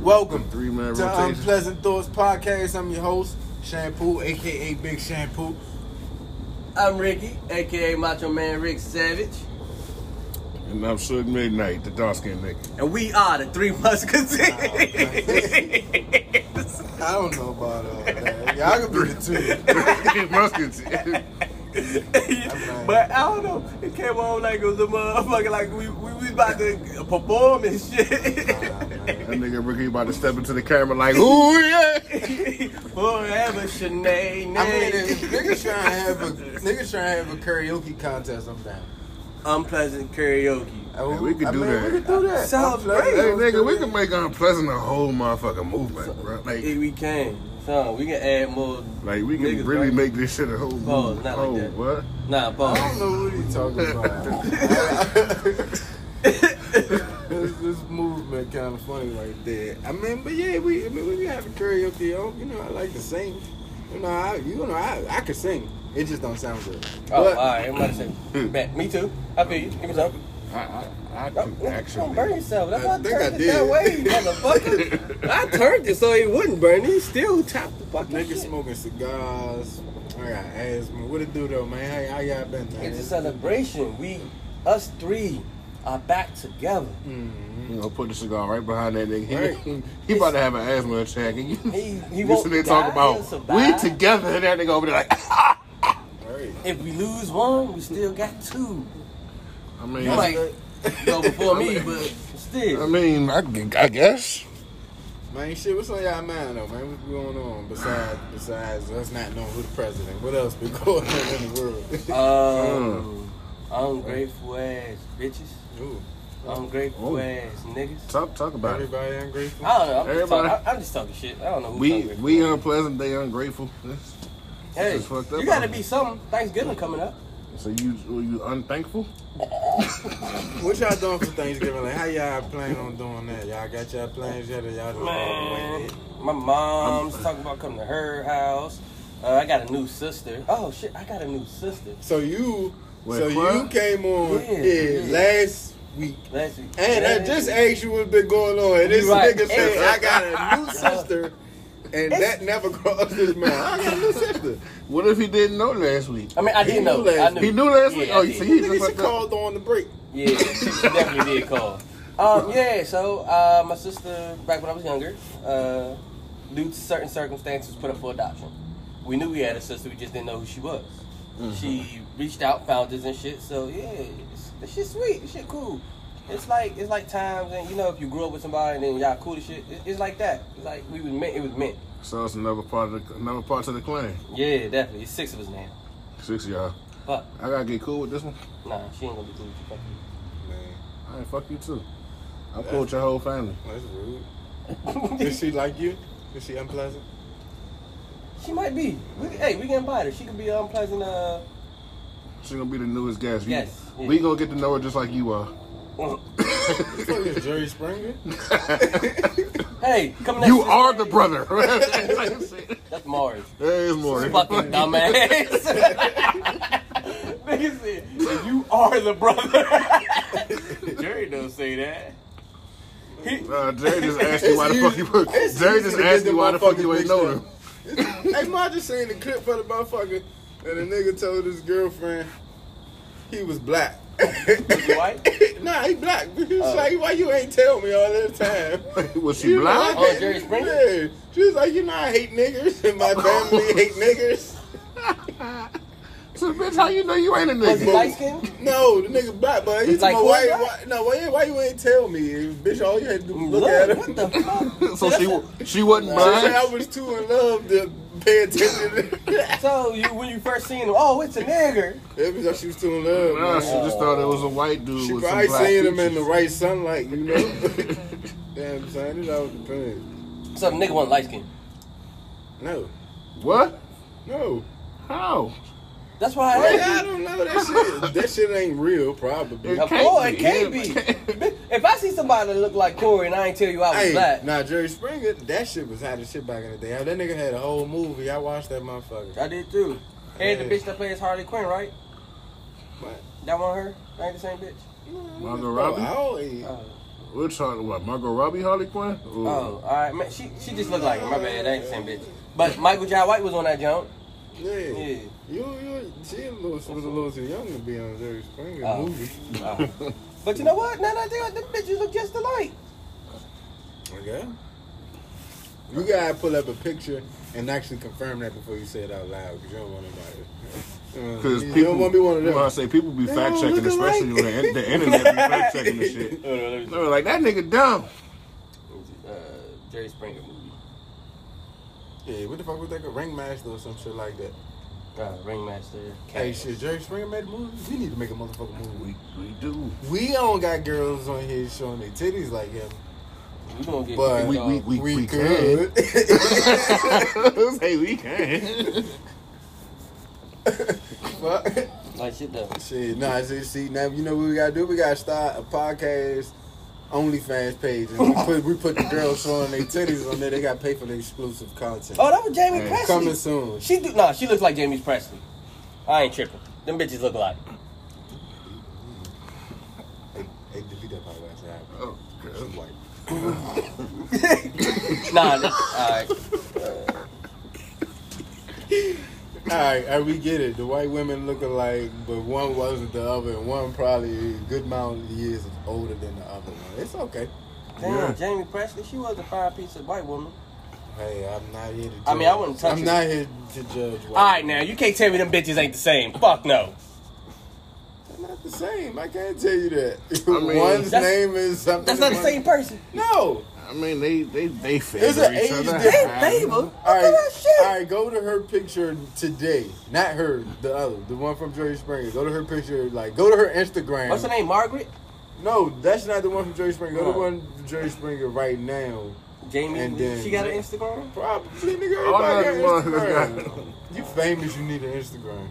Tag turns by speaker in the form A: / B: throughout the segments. A: Welcome
B: Three man
A: to
B: rotation.
A: Unpleasant Thoughts Podcast. I'm your host, Shampoo, aka Big Shampoo.
C: I'm Ricky, aka Macho Man Rick Savage,
B: And I'm Suge Midnight, the dark skinned nigga.
C: and we are the Three Musketeers.
A: I don't know about all that. Y'all can be the two.
B: Muskets.
C: but I don't know. It came on like it was a motherfucker. Like we we was about to perform and shit.
B: That nigga Ricky about to step into the camera like, ooh yeah.
C: Forever
A: I
C: Sinead.
A: mean, if niggas trying to have a niggas trying to have a karaoke contest, I'm down.
C: Unpleasant karaoke.
A: Oh,
B: we could do
A: mean,
B: that.
A: We could do that.
C: Sounds
A: Unpleasant.
B: Hey
C: great.
B: nigga, we can make unpleasant a whole motherfucking movement, bro.
C: If
B: Like,
C: we can, so we can add more.
B: like we can
C: niggas,
B: really
C: right?
B: make this shit a whole
C: Oh,
B: movement.
C: not like
B: oh,
C: that.
B: what?
C: Nah,
A: I
C: pause.
A: don't know what he talking about. this, this movement kind of funny right there. I mean, but yeah, we I mean we be having karaoke. Yo. You know, I like to sing. You know, I you know I I could sing. It just don't sound good.
C: Oh,
A: But-
C: all right. Everybody say, bet. Me too. I feel you. Give me some.
B: I, I, I
C: Oh,
B: could
C: Don't, don't burn
B: actually.
C: yourself. That's
A: I
C: why I
A: think
C: turned
A: I
C: it that
A: did.
C: way, motherfucker. I turned it so it wouldn't burn. He still chopped the fucking
A: Niggas
C: shit.
A: smoking cigars. I got asthma. What it do though, man? How, how y'all been? Man?
C: It's a celebration. We, us three, are back together.
B: Mm.
A: Mhm.
B: You know, put the cigar right behind that nigga. He,
A: Right.
B: he about to have an asthma attack. And you,
C: He- he
B: you
C: won't
B: sitting there
C: die,
B: talking
C: he'll
B: about we
C: survive.
B: together, and that nigga over there like,
A: Right.
C: If we lose one, we still got two.
B: I mean,
C: You might go before me, but
B: I
C: still.
B: mean, I, g- I guess.
A: Man, shit, what's on y'all mind though, man? What's going on besides besides us not knowing who the president? What else been going on in the world?
C: Um,
B: Mm.
C: ungrateful ass bitches.
A: Ooh,
C: Ungrateful
B: Oh.
C: ass niggas.
B: Talk talk about it.
A: everybody ungrateful.
C: I don't know. I'm just,
B: Everybody-
C: talking, I- I'm just talking shit. I don't know who's
B: We
C: hungry.
B: we unpleasant, they ungrateful. That's-
C: Hey,
B: just fucked up.
C: you gotta be something. Thanksgiving coming up.
B: So you were you unthankful?
A: What y'all doing for Thanksgiving? Like, how y'all plan on doing that? Y'all got y'all plans yet, or y'all just
C: Man,
A: waiting?
C: my mom's talking about coming to her house. Uh, I got a new sister. Oh shit, I got a new sister.
A: So you,
B: Wait,
A: so
B: what?
A: you came on
C: Yeah,
A: here
C: yeah.
A: last week,
C: Last week.
A: and I
C: Last
A: just
C: week.
A: asked you what's been going on, and this
C: You right.
A: nigga said I got a new
C: Yeah.
A: sister, and that never crossed his mind. I got a new sister.
B: What if he didn't know last week?
C: I mean, I
A: He
C: didn't
A: knew
C: know.
A: last
C: I knew.
B: He knew last week.
C: Yeah,
B: Oh,
C: I
B: you
C: did.
B: see, he just
A: Nigga, she
B: fucked up.
A: called on the break.
C: Yeah, she she definitely did call. Um, yeah, so uh, my sister, back when I was younger, uh, due to certain circumstances, put up for adoption. We knew we had a sister, we just didn't know who she was. She reached out, found us and shit. So yeah, it's- the shit's sweet, the shit cool. It's like it's like times, and you know, if you grew up with somebody and then y'all cool to shit, it, it's like that. It's like we was meant. It was meant.
B: So it's another part of the another part of the clan.
C: Yeah, definitely. It's six of us now.
B: Six of y'all.
C: Fuck,
B: I gotta get cool with this one.
C: nah, she ain't gonna be cool with you. Fuck you.
A: Man,
B: All right, fuck you too. I'm cool with your whole family.
A: that's rude. Is she like you? Is she unpleasant?
C: She might be. We, hey, we can invite her. She could be an unpleasant. Uh,
B: She's gonna be the newest guest. You-
C: Yes.
B: We gonna get to know her just like you are.
A: You fucking Jerry Springer?
C: Hey, come next
B: You
C: Tuesday.
B: are the brother. There's
C: That's Mars.
B: more.
C: Fucking dumbass. Nigga said, you are the brother. Jerry don't say that. He,
B: Uh, Jerry just asked you why the fuck you.
A: It's
B: Jerry
A: easy
B: just
A: to
B: asked
A: get
B: you why the
A: them
B: fuck you
A: motherfuckers
B: ain't know
A: mixed
B: him.
A: hey, Ma just seen the clip for the motherfucker, and the nigga told his girlfriend he was black.
C: he white?
A: nah, he black. He was
C: Oh.
A: like, why you ain't tell me all this time?
B: Was
A: She
B: she
A: was like,
B: blind?
A: I
C: Oh, Jerry Springer?
A: Yeah. She was like, you know, I hate niggers, and my family hate niggers.
B: So bitch, how you know you ain't a
C: was he
B: nigga?
C: light skinned?
A: No, the nigga black, but he's
C: Like,
A: like, why,
C: who
A: why, no, why, why you ain't tell me? Bitch, all you had to do was look, at
C: Look,
A: him.
C: what the fuck?
B: So she wa- she wasn't
A: She said I
B: blind.
A: was too in love to pay attention.
C: So you when you first seen him, oh, it's a nigger.
A: it was like she was too in love.
B: Nah,
A: man.
B: she just thought it was a white dude
A: Oh. She
B: with some
A: probably
B: black
A: seen him in the
B: features.
A: right sunlight, you know. Damn, son, it all depends.
C: So the nigga wasn't light skinned.
A: No,
B: What?
A: no.
B: How?
C: That's why I
A: Wait,
C: asked you.
A: I don't know that shit. that shit ain't real, probably.
B: It
C: Of
B: can't
C: course, it
B: be.
C: can't
B: It
C: be. If I see somebody that look like Corey and I ain't tell you I was
A: Hey,
C: black,
A: now Jerry Springer, that shit was hot as shit back in the day. That nigga had a whole movie. I watched that motherfucker.
C: I did too. And the bitch that plays Harley Quinn, right?
A: What?
C: That one her? That ain't the same bitch?
B: Margot
A: Oh,
B: Robbie.
A: I always-
C: Uh,
B: We're talking about Margot Robbie, Harley Quinn. Or
C: Oh, all right. Man, she she just looked like it. My bad. That ain't the same bitch. But Michael J. White was on that jump.
A: Yeah.
C: Yeah.
A: You, you, she a little, was a little too young to be on Jerry Springer
C: Oh.
A: movie.
C: Oh. but you know what? Now that I think about it, them bitches look just alike.
A: Okay. You gotta pull up a picture and actually confirm that before you say it out loud because you don't want nobody. Uh,
B: Because
A: you
B: people,
A: don't want to be one of them.
B: When I say people be
A: They
B: fact
A: all
B: checking,
A: look
B: especially
A: alike.
B: on the, in- the internet, be fact checking the shit. They were like, that nigga dumb.
C: Uh, Jerry Springer movie.
A: Yeah, what the fuck was that? A ringmaster or some shit like that.
C: Uh, Ringmaster.
A: Hey,
C: Cat.
A: shit, Jerry Springer made a movie. We need to make a motherfucking movie.
B: We, we do.
A: We don't got girls on here showing their titties like him.
C: We gonna get
A: But-
C: kicked
B: We,
C: off.
B: we, we, we,
A: could.
B: can. hey, we can.
A: Fuck.
C: like shit though.
A: Shit, nah, see, see, now you know what we gotta do? We gotta start a podcast OnlyFans page. And we put we put the girls showing their titties on there. They gotta pay for the exclusive content.
C: Oh, that was Jamie
B: Hey,
C: Presley.
A: Coming soon.
C: She do nah. She looks like Jamie Presley. I ain't tripping. Them bitches look alike.
A: Hey, hey, delete that podcast. app.
B: Oh,
A: She's white.
C: Nah. they- all right.
A: Alright, and we get it. The white women look alike, but one wasn't the other, and one probably a good amount of years older than the other one. It's okay.
C: Damn,
B: Yeah.
C: Jamie Presley. She was a fine piece of white woman.
A: Hey, I'm not here to judge.
C: I mean, I wouldn't touch
A: I'm
C: it.
A: not here to judge. White
C: All right, now you can't tell me them bitches ain't the same. Fuck no.
A: They're not the same. I can't tell you that.
B: I mean-
A: One's
C: That's-
A: name is something.
C: That's not the
A: one-
C: same person.
A: No.
B: I mean, they, they, they favor
A: It's an
B: each
A: age
B: other.
A: difference.
C: They favor? Look
A: All right,
C: at that shit.
A: all right. Go to her picture today. Not her, the other, the one from Jerry Springer. Go to her picture. Like, go to her Instagram.
C: What's her name? Margaret.
A: No, that's not the one from Jerry Springer. Go to
C: No.
A: the one from Jerry Springer right now.
C: Jamie.
A: And then-
C: she got an Instagram.
A: Probably, nigga.
B: All
A: Everybody
B: that
A: got
B: one-
A: Instagram. you famous. You need an Instagram.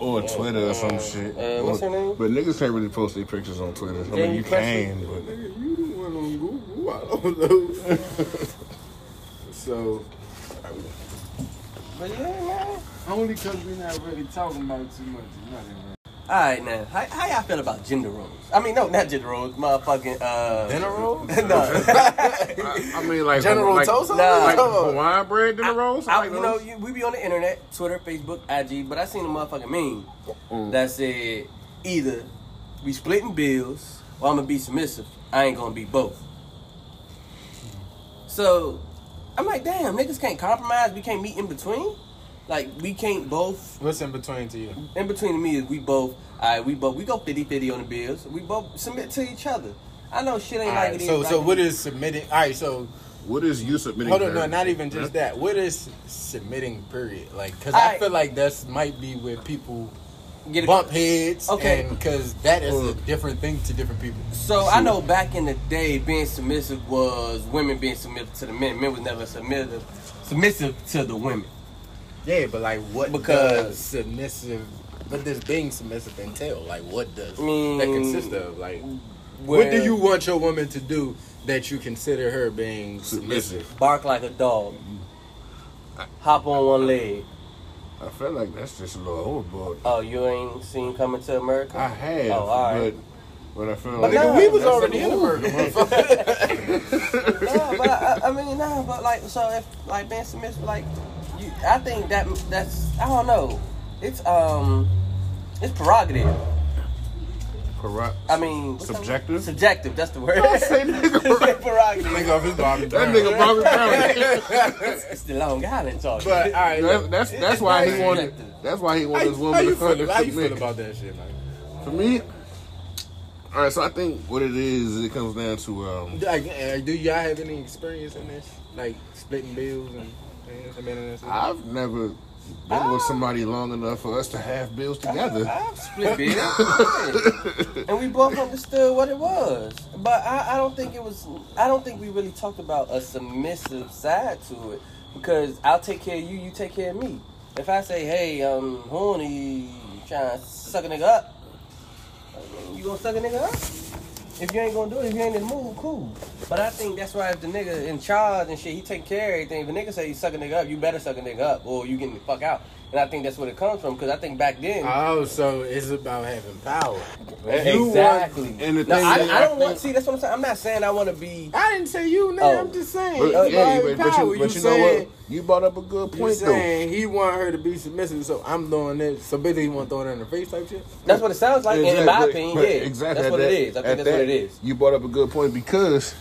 B: Or Twitter or some
C: Uh,
B: shit.
C: uh, what's her name?
B: But niggas can't really post their pictures on Twitter. I mean,
C: Jamie
B: you
C: Presley.
B: can, but.
A: Nigga, you the one on Google. I don't know. so.
C: But yeah, man.
A: Only because we're not really talking about it too much. Nothing, man.
C: All right, now, how, how y'all feel about gender roles? I mean, no, not gender roles, motherfucking uh.
A: Dinner roll?
C: no.
B: I, I mean, like
A: General
B: like,
A: Toast?
C: nah.
B: like
A: Come on.
B: Hawaiian bread dinner rolls.
C: I,
B: like
C: you know,
B: those?
C: you, we be on the internet, Twitter, Facebook, IG, but I seen a motherfucking meme
B: Mm.
C: that said either we splitting bills or I'm gonna be submissive. I ain't gonna be both. So I'm like, damn, niggas can't compromise. We can't meet in between. Like we can't both.
A: What's in between to you?
C: In between me is we both. All right, we both we go 50-50 on the bills. We both submit to each other. I know shit ain't
A: All
C: like
A: right,
C: it is.
A: so
C: like
A: so
C: it
A: what is submitting? All right, so
B: What is you submitting?
A: hold on, no,
B: there?
A: not even just
B: Huh?
A: that. What is submitting? Period. Like, because
C: All
A: I
C: right.
A: feel like that's might be where people
C: get it-
A: bump heads.
C: Okay.
A: because that is a
B: Mm.
A: different thing to different people.
C: So I know back in the day, being submissive was women being submissive to the men. Men was never submissive, submissive to the women.
A: Yeah, but like what
C: Because-
A: does submissive? What does being submissive entail? Like, what does
C: Mm.
A: that consist of? Like, what
C: Where-
A: do you want your woman to do that you consider her being submissive?
B: submissive?
C: Bark like a dog.
A: Mm.
C: Hop on one leg.
B: I feel like that's just a little overboard.
C: Oh, you ain't seen coming to America.
B: I have,
C: Oh, all right.
B: but but I feel
A: But
B: like
A: nigga, we was
B: that's
A: already in
B: overboard.
A: America,
C: no, but I, I, I mean, no, but like, so if like being submissive, like, you, I think that that's I don't know. It's um, it's prerogative.
B: Corrupt.
C: I mean, what's that word?
B: Subjective?
C: Subjective. That's the word.
B: Don't say nigga.
C: prerogative.
A: Nigga, off his Bobby
B: That
A: Brown.
B: nigga Bobby Brown.
C: It's the Long Island talk.
A: But all right,
B: That-
A: look.
B: That's that's why he
A: It's
B: wanted.
C: subjective.
B: That's why he
A: How
B: wanted
A: you,
B: his
A: how
B: woman
A: you
B: to come
A: feel,
B: to
A: how you feel
B: submit.
A: about that shit, man?
B: For me, all right. So I think what it is, is it comes down to um,
A: Like, uh, do y'all have any experience in this, like splitting bills and things? I mean, and stuff?
B: I've never been
A: Ah.
B: with somebody long enough for us to have bills together.
C: I split bill. Yeah. and we both understood what it was. But I, I don't think it was I don't think we really talked about a submissive side to it. Because I'll take care of you, you take care of me. If I say, hey, um, I'm horny, trying to suck a nigga up, you gonna suck a nigga up? If you ain't gonna do it, if you ain't in the mood, cool. But I think that's why if the nigga in charge and shit, he take care of everything. If a nigga say you suck a nigga up, you better suck a nigga up, or you getting the fuck out. And I think that's where it comes from, because I think back then,
A: Oh, so it's about having power.
B: you want-
C: exactly.
B: and the
C: no,
B: thing
C: I,
B: is,
C: I
B: I
C: don't want.
B: think-
C: See, that's what I'm saying. I'm not saying I want to be.
A: I didn't say you, nigga.
C: Oh.
A: I'm just saying.
B: But,
A: about
B: yeah,
A: having
B: but, but
A: power.
B: you, but you know
A: saying,
B: what? You brought up a good
A: You
B: point though.
A: saying he want her to be submissive, so I'm doing this. So basically, he want to throw it in her face type shit.
C: That's what it sounds like. and in my
B: Exactly.
C: opinion,
B: But
C: yeah,
B: exactly.
C: that's
B: at
C: what
B: that-
C: it is. I
B: at
C: think that's
B: that,
C: what it is.
B: You brought up a good point because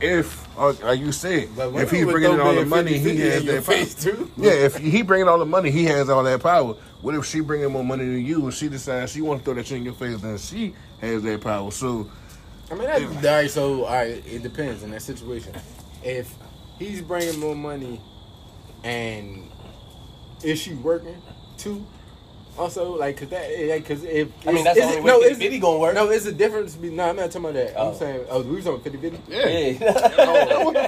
B: if, uh, like you said,
A: But
B: if
A: women
B: he's
A: would
B: bringing
A: throw
B: all the
A: bad
B: money, he
A: 50 in
B: has
A: your
B: that power.
A: face too.
B: Yeah, if he bringing all the money, he has all that power. What if she bringing more money than you, and she decides she want to throw that shit in your face, then she has that power. So
A: I mean, that's, all right. So, all right, it depends in that situation. If he's bringing more money, and is she working too? Also, like, cause that, like, cause if
C: I mean,
A: is-
C: that's the
A: is
C: only
A: it-
C: way
A: no,
C: 50
A: it's-
C: Bitty gonna work.
A: No, it's a difference. Be, no, I'm not talking about that.
C: Oh.
A: I'm saying, oh, we was on 50 50.
B: yeah,
C: Yeah.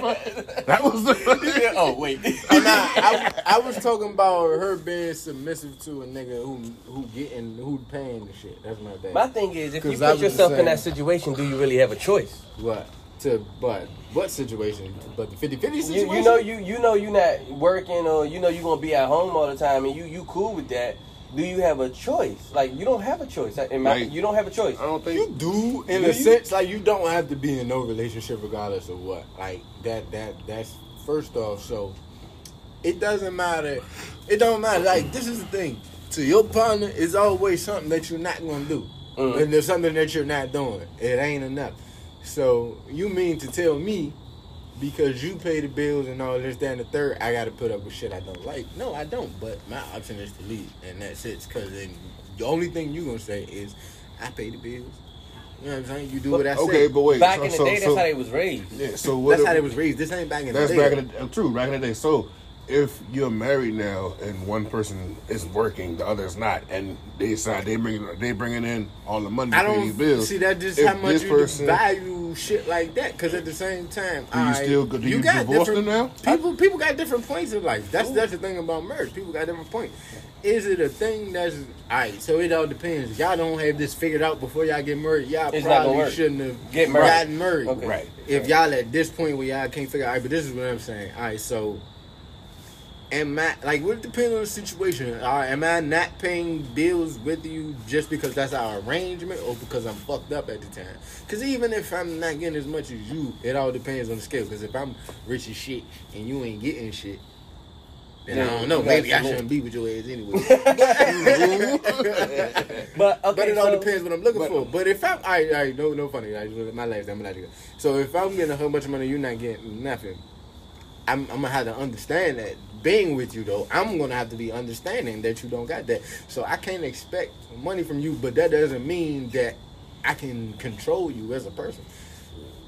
B: that was the.
C: Yeah, oh wait.
A: Nah, I, I was talking about her being submissive to a nigga who who getting who paying the shit. That's my bad.
C: My thing is, if you
A: 'Cause I
C: put
A: was the
C: yourself in
A: same.
C: that situation, do you really have a choice?
A: What? To but what situation? But the 50 50
C: You,
A: situation.
C: you know you you know you not working or you know you gonna be at home all the time and you you cool with that. Do you have a choice? Like you don't have a choice. In my,
B: Like-
C: you don't have a choice.
B: I don't think.
A: you do in
C: Yeah,
A: a
C: you-
A: sense like you don't have to be in no relationship regardless of what. Like that that that's first off. So it doesn't matter. It don't matter. Like this is the thing. To your partner is always something that you're not gonna do,
C: Mhm.
A: and there's something that you're not doing. It ain't enough. So you mean to tell me because you pay the bills and all this, that, and the third, I gotta put up with shit I don't like. No, I don't. But my option is to leave, and that's it. Because then the only thing you gonna say is, I pay the bills. You know what I'm saying? You do what I say.
B: Okay, but wait.
C: Back
B: so,
C: in the
B: so,
C: day, that's
B: so,
C: how they was raised.
B: Yeah, so what?
A: that's
B: if-
A: how they was raised. This ain't back in
B: That's
A: the day.
B: back in the true back in the day. So if you're married now and one person is working, the other's not, and they decide they bring they bringing in all the money to
A: I
B: pay these
A: don't
B: bills.
A: see that just
B: if
A: how much
B: this
A: you
B: person-
A: value shit like that. Because at the same time,
B: Do you
A: I-
B: still go- do you divorce
A: different-
B: them now?
A: People people got different points in life. That's that's the thing about marriage. People got different points. Is it a thing that's all right? So it all depends. Y'all don't have this figured out before y'all get married. Y'all
C: It's not gonna
A: probably
C: work.
A: shouldn't have
C: Get married.
A: gotten married.
C: Okay.
B: Right.
A: If y'all at this point where y'all can't figure out, all right, but this is what I'm saying. All right, so am I like? What it depends on the situation. All right, am I not paying bills with you just because that's our arrangement, or because I'm fucked up at the time? Because even if I'm not getting as much as you, it all depends on the scale. Because if I'm rich as shit and you ain't getting shit. then I don't know.
C: Yeah,
A: Maybe I
C: absolutely.
A: shouldn't be with your ass anyway.
C: But okay,
A: but it all
C: so-
A: depends what I'm looking
B: but-
A: for. But if I'm, I, I, no, no funny. I, my last, I'm not gonna- So if I'm getting a whole bunch of money, you're not getting nothing. I'm, I'm gonna have to understand that. Being with you though, I'm gonna have to be understanding that you don't got that. So I can't expect money from you, but that doesn't mean that I can control you as a person.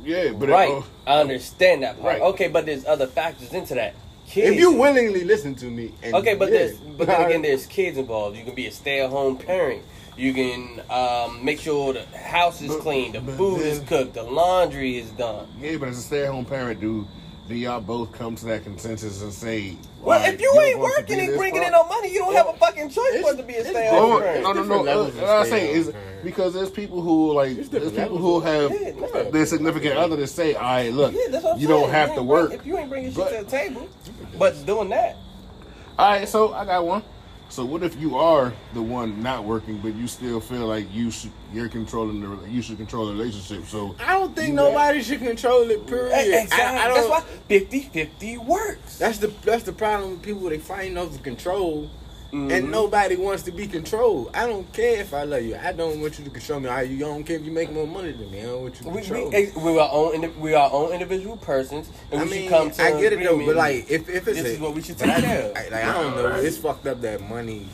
B: Yeah, but
C: Right.
B: It, oh,
C: I understand that part.
B: Right.
C: Okay, but there's other factors into that. Kids.
A: If you willingly listen to me, and
C: Okay, but
A: yeah.
C: there's but then again, there's kids involved. You can be a stay-at-home parent. You can um, make sure the house is
B: But-
C: clean, the
B: but
C: food is
B: then-
C: cooked, the laundry is done.
B: yeah, but as a stay at home parent, do do y'all both come to that consensus and say?
C: Well,
B: like,
C: if you
B: don't
C: ain't
B: want to
C: working
B: do
C: and
B: this
C: bringing
B: part?
C: in no money, you don't have a fucking choice but to be a
A: it's
C: stay-at-home
B: Oh,
A: different.
B: no,
C: parent.
B: no, no.
A: different levels
B: uh,
A: of
B: What I say is
A: stay-at-home.
B: because there's people who like
A: There's
B: there's,
A: different
B: people who
A: levels.
B: have
C: Yeah, no.
B: their significant other to say, "All right, look,
C: Yeah, that's what I'm
B: you
C: saying.
B: don't have
C: ain't
B: to
C: bring-
B: work."
C: if you ain't bringing shit
B: But-
C: to the table. But doing that,
B: All right, so I got one. So what if you are the one not working, but you still feel like you should you're controlling the you should control the relationship? So
A: I don't think nobody should control it. Period.
C: eh, exactly.
A: I, I don't,
C: that's why 50-50 works.
A: That's the that's the problem with people. They fighting over control,
C: Mm-hmm.
A: and nobody wants to be controlled. I don't care if I love you. I don't want you to control me. I, you don't care if you make more money than me. I don't want you to
C: we,
A: control.
C: we,
A: me.
C: ex- we are own indi- we are own individual persons, and
A: I
C: we
A: mean,
C: should come to.
A: I
C: an
A: get it though,
C: agreement.
A: but like, if if it's
C: this
A: a-
C: is what we should
A: but I-
C: take care of.
A: I, like, I don't know. It's fucked up that money,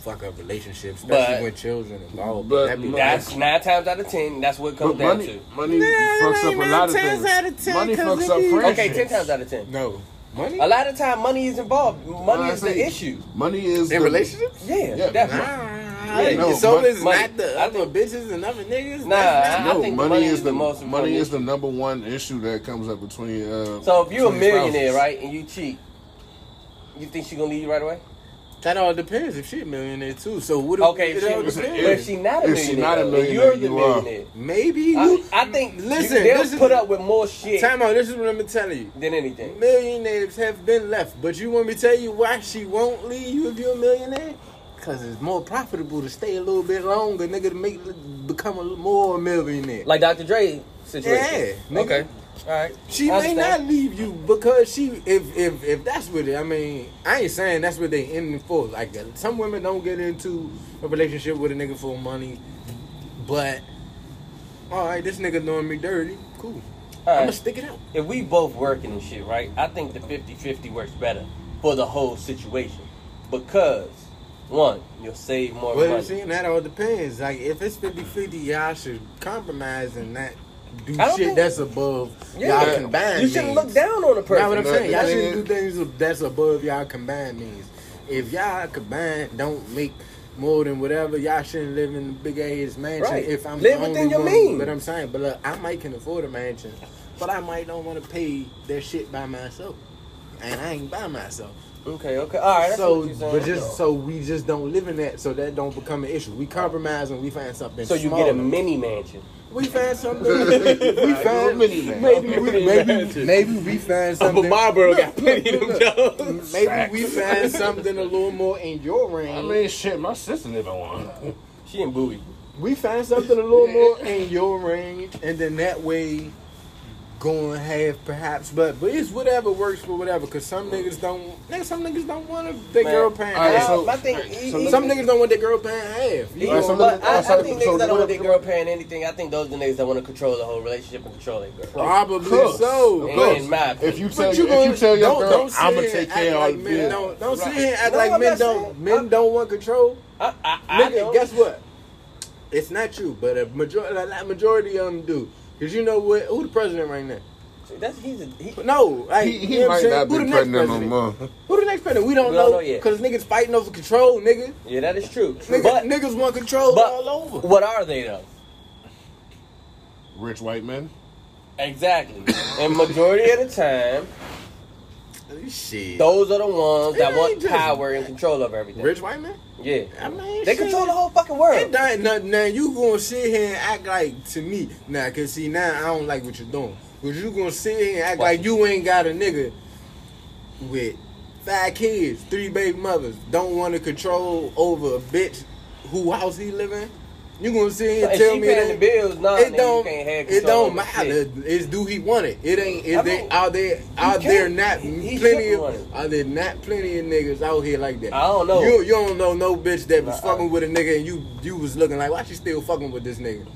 A: fuck up relationships, especially
C: But-
A: when children involved.
B: but
A: That'd be
C: That's nine times out of ten. That's what it comes
B: but
C: down
B: money
C: to.
B: money
A: Nah,
B: fucks
A: that
B: up
A: ain't
B: a lot of
A: nine
B: things.
A: times out of ten,
B: money
A: 'cause
B: fucks
A: it
B: up
A: is-
B: friendships.
C: Okay, ten times out of ten.
A: no money
C: A lot of time, money is involved. Money
B: Like I
C: is the
B: say,
C: issue.
B: Money is
A: in
B: the-
A: relationships.
C: Yeah,
B: Yeah,
C: definitely.
A: Nah,
C: Yeah,
B: no,
A: so
B: mon-
A: it's
C: money.
A: not the
C: I
A: other
C: think-
A: bitches and other niggas.
C: Nah,
A: That's not-
C: I-
B: No,
C: think
B: money, is the
C: most
B: money is
C: important
B: the number one issue that comes up between. Uh,
C: So if you're
B: between
C: a
B: spouses.
C: millionaire, right, and you cheat, you think she gonna leave you right away?
A: That all depends if she a millionaire too. So what? do-
C: Okay,
A: it
C: if she,
A: all
B: listen,
A: depends.
C: but if she not a
B: If
C: millionaire,
B: she not a
C: though,
B: millionaire,
C: you're the
B: you are.
C: millionaire.
A: Maybe you.
C: I, I think
A: Listen,
C: listen, they'll
A: listen.
C: put up with more shit
A: time out. This is what I'm telling you.
C: than anything.
A: Millionaires have been left, but you want me to tell you why she won't leave you if you're a millionaire? Cause it's more profitable to stay a little bit longer, nigga, to make become a little more millionaire.
C: Like Dr. Dre
A: situation.
C: situation.
A: Yeah, nigga.
C: Okay. All right.
A: She
C: I
A: may not
C: understand.
A: leave you because she if if if that's what it. I mean, I ain't saying that's what they aiming for. Like uh, some women don't get into a relationship with a nigga for money, but all right, this nigga doing me dirty. Cool,
C: All
A: I'ma
C: right.
A: stick it out.
C: if we both working and shit, right? I think the 50-50 works better for the whole situation because one, you'll save more
A: Well,
C: money.
A: you see, and that all depends. Like if it's 50-50, y'all should compromise and not do
C: I don't
A: shit
C: think-
A: that's above
C: Yeah.
A: y'all combined.
C: you shouldn't
A: means.
C: look down on a
A: That's what
C: person.
A: I'm saying. Y'all
B: Thing
A: shouldn't do things that's above y'all combined means. If y'all combined don't make more than whatever, y'all shouldn't live in the big ass mansion.
C: Right.
A: If I'm
C: Live
A: the only
C: within your
A: one.
C: means.
A: But I'm saying, but look, I might can afford a mansion, but I might don't want to pay that shit by myself, and I ain't by myself.
C: Okay, okay. All right. That's
A: so,
C: what you're saying.
A: but just so we just don't live in that, so that don't become an issue. We compromise and we find something.
C: Oh. so you
A: smaller.
C: get a mini mansion.
A: We find something. we find
B: mini man.
A: Maybe we,
C: Mini
A: maybe
C: mansion.
A: maybe we find something.
C: Marlboro
A: got plenty of them
C: jobs.
A: Maybe we find something a little more in your range.
B: I mean, shit, my sister live on one.
C: She in Bowie.
A: we find something a little more in your range, and then that way, going half perhaps. But but it's whatever works for whatever. Cause some niggas don't. Nigga, some niggas don't want to their
C: Man.
A: girl paying
B: All right,
A: half.
B: so-
C: I think
B: all right,
C: e-
B: so
C: e-
B: let
A: some niggas don't want their girl paying half. You
C: Even,
A: know,
B: Alright, so
C: but
B: let me-
C: I, I
B: so-
C: think
B: so
C: niggas that don't
B: what-
C: want their girl paying anything. I think those are the niggas that want to control the whole relationship and control their girl.
A: probably
B: course.
A: so.
B: Of
C: In-
B: course.
C: in my
B: If you
C: opinion.
B: tell
A: But
B: you, if
A: gonna-
B: you tell your
A: don't-
B: girl,
A: don't sit
B: I'm gonna
A: here
B: take
A: and
B: care of
A: act
B: all
A: like
B: the
A: men
B: bills.
A: Don't, don't sit
B: Right.
A: here and act
C: No,
A: like
C: I'm
A: men
C: not
A: don't.
C: saying-
A: men
C: I-
A: don't want control.
C: I, I, I
A: Nigga,
C: don't.
A: guess what? It's not true, but a majority, a majority of them do. Cause you know what? Who the president right now?
C: That's he's a, he,
A: No, like,
B: He,
A: you
B: he
A: know what
B: might
A: I'm saying?
B: not
A: Who the
B: be
A: next
B: pregnant no
A: president?
B: more.
A: Who the next president? We don't
C: We
A: know.
C: don't know yet.
A: Cause niggas fighting over control, nigga.
C: yeah, that is true.
A: Niggas,
C: But
A: niggas want control
C: but
A: all over.
C: what are they though?
B: Rich white men.
C: Exactly. And majority of the time,
A: Shit.
C: those are the ones that
A: It ain't
C: want
A: just-
C: power and control of everything.
A: Rich white man?
C: Yeah.
A: I mean,
C: They
A: shit.
C: control the whole fucking
A: It
C: world.
A: ain't nothing. Now you gonna sit here and act like to me now, cause see now I don't like what you're doing. Cause you gonna sit here and act
C: Watch
A: like
C: it.
A: you ain't got a nigga with five kids, three baby mothers, don't want to control over a bitch who house he living. You gonna sit here
C: If
A: and tell
C: she
A: me
C: paying the
A: that
C: bills, nah,
A: it
C: nigga,
A: don't
C: you can't have
A: it
C: control
A: don't
C: over shit.
A: matter. It's do he want it? It ain't. Is
C: I
A: they
C: mean,
A: are there are
C: he
A: there
C: can't-
A: not
C: he- he
A: plenty
C: shouldn't want it.
A: of are there not plenty of niggas out here like that?
C: I don't know.
A: You you don't know no bitch that was
C: Nah,
A: fucking
C: I-
A: with a nigga and you you was looking like why she still fucking with this nigga.